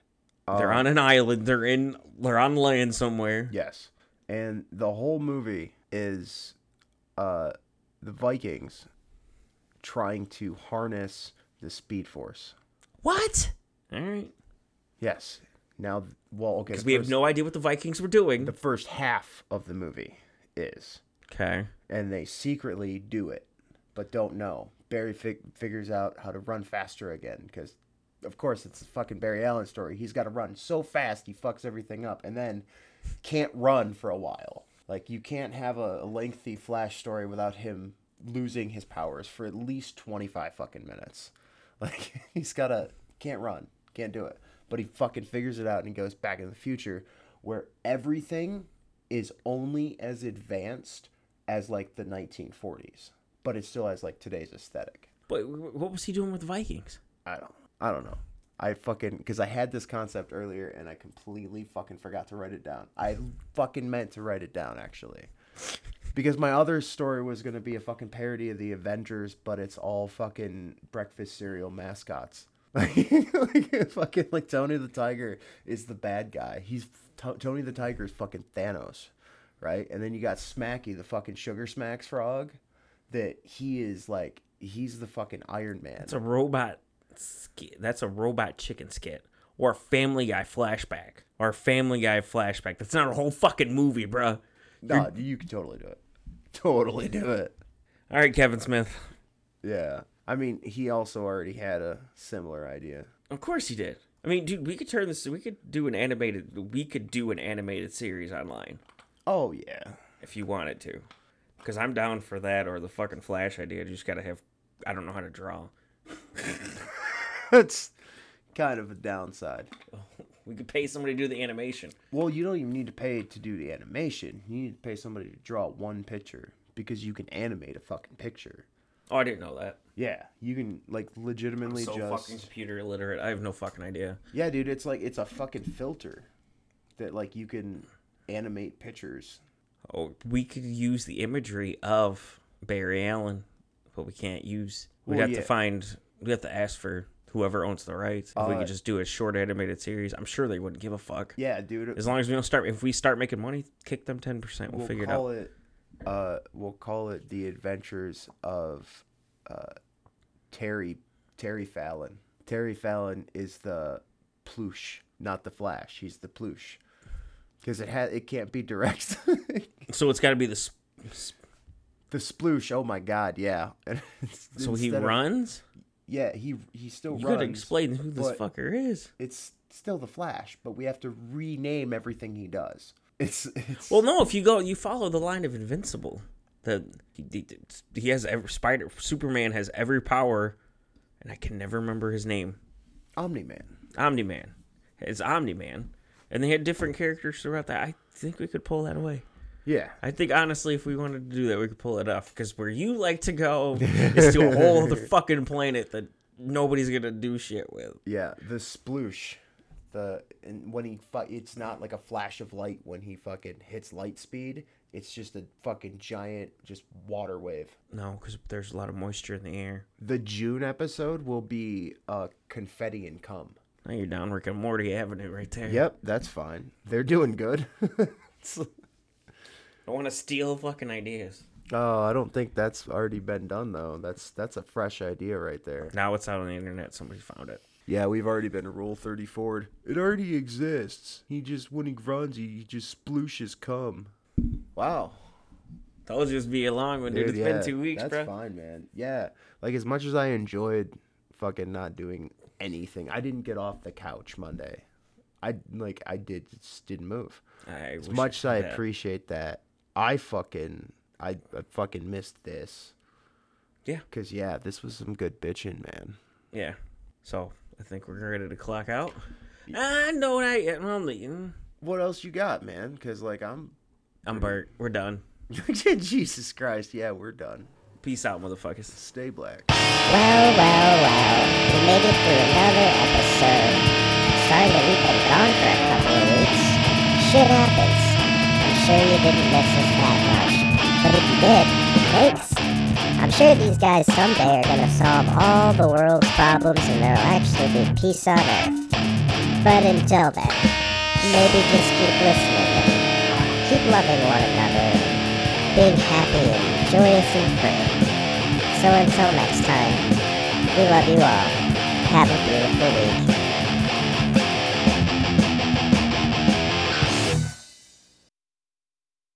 A: um,
C: They're on an island. They're in. They're on land somewhere.
A: Yes. And the whole movie is uh the Vikings trying to harness the speed force.
C: What? All right.
A: Yes. Now well, okay.
C: Because
A: the
C: we have
A: first-
C: no idea what the Vikings were doing.
A: the first half of the movie is
C: Okay.
A: and they secretly do it but don't know. Barry fig- figures out how to run faster again because, of course, it's a fucking Barry Allen story. He's got to run so fast he fucks everything up, and then can't run for a while. Like you can't have a, a lengthy Flash story without him losing his powers for at least twenty five fucking minutes. Like he's gotta can't run, can't do it. But he fucking figures it out and he goes back in the future where everything is only as advanced as like the 1940s, but it still has like today's aesthetic.
C: But wh- what was he doing with the Vikings?
A: I don't I don't know. I fucking cuz I had this concept earlier and I completely fucking forgot to write it down. I fucking meant to write it down actually. Because my other story was going to be a fucking parody of the Avengers, but it's all fucking breakfast cereal mascots. like like, fucking like Tony the Tiger is the bad guy. He's To- Tony the Tiger is fucking Thanos, right? And then you got Smacky, the fucking Sugar Smacks frog, that he is like he's the fucking Iron Man.
C: That's a robot. Skit. That's a robot chicken skit or a Family Guy flashback or a Family Guy flashback. That's not a whole fucking movie, bruh.
A: No, you can totally do it. Totally do it.
C: All right, Kevin Smith.
A: Yeah. I mean, he also already had a similar idea.
C: Of course he did. I mean, dude, we could turn this. We could do an animated. We could do an animated series online
A: Oh yeah.
C: if you wanted to, because I'm down for that or the fucking Flash idea. You just gotta have. I don't know how to draw.
A: That's kind of a downside.
C: We could pay somebody to do the animation.
A: Well, you don't even need to pay to do the animation. You need to pay somebody to draw one picture because you can animate a fucking picture.
C: Oh, I didn't know that.
A: Yeah, you can like legitimately
C: So
A: just
C: fucking computer illiterate. I have no fucking idea.
A: Yeah, dude, it's like it's a fucking filter that like you can animate pictures.
C: Oh, we could use the imagery of Barry Allen, but we can't use. We'd
A: Well,
C: have
A: yeah.
C: to find. We'd have to ask for whoever owns the rights. If we
A: Uh,
C: could just do a short animated series, I'm sure they wouldn't give a fuck.
A: Yeah, dude.
C: As long as we don't start, if we start making money, kick them ten percent. We'll,
A: we'll
C: figure it out.
A: call it, uh we'll call it the adventures of uh terry terry fallon terry fallon is the plush not the flash he's the plush because it ha- it can't be direct
C: So it's got to be the. s- s-
A: the sploosh oh my god yeah
C: So he
A: Instead of-
C: runs.
A: yeah he he still
C: You got to
A: runs
C: explain who this
A: but-
C: fucker is.
A: it's still the flash but we have to rename everything he does it's, it's
C: Well, no. If you go, you follow the line of Invincible. The he, he- he has every spider. Superman has every power, and I can never remember his name.
A: omni man
C: Omni Man. It's Omni Man, and they had different characters throughout that. I think we could pull that away.
A: yeah
C: I think honestly, if we wanted to do that, we could pull it off. Because where you like to go is to a whole other fucking planet that nobody's gonna do shit with.
A: Yeah, the sploosh, the and when he fu- it's not like a flash of light when he fucking hits light speed. It's just a fucking giant, just water wave.
C: No, because there's a lot of moisture in the air.
A: The June episode will be uh, confetti and cum.
C: Now you're down Rick and Morty Avenue right there.
A: Yep, that's fine. They're doing good. It's-
C: I want to steal fucking ideas.
A: oh, I don't think that's already been done though. That's that's a fresh idea right there.
C: Now it's out on the internet. Somebody found it.
A: Yeah, we've already been to Rule 34. It already exists. He just when he runs, he just splooshes cum. Wow.
C: Those just be a long one, dude.
A: Dude,
C: It's
A: yeah,
C: been two weeks,
A: that's
C: bro.
A: fine, man. Yeah, like as much as I enjoyed fucking not doing anything, I didn't get off the couch Monday. I like I did just didn't move.
C: I
A: As
C: wish
A: much as
C: could
A: I
C: do that.
A: appreciate that, I fucking I, I fucking missed this.
C: Yeah.
A: Cause yeah, this was some good bitching, man.
C: Yeah. So I think we're ready to clock out. I know I. Well, mm,
A: What else you got, man? Cause like I'm,
C: I'm Bert. We're done.
A: Jesus Christ, yeah, we're done.
C: Peace out, motherfuckers.
A: Stay black.
B: Well, well, well. We made it through another episode. Sorry that we've been gone for a couple of weeks. Shit happens. I'm sure you didn't miss us that much. But if you did, thanks. I'm sure these guys someday are gonna solve all the world's problems and there'll actually be peace on earth. But until then, maybe just keep listening and keep loving one another and being happy and joyous and free. So until next time, we love you all. Have a beautiful week.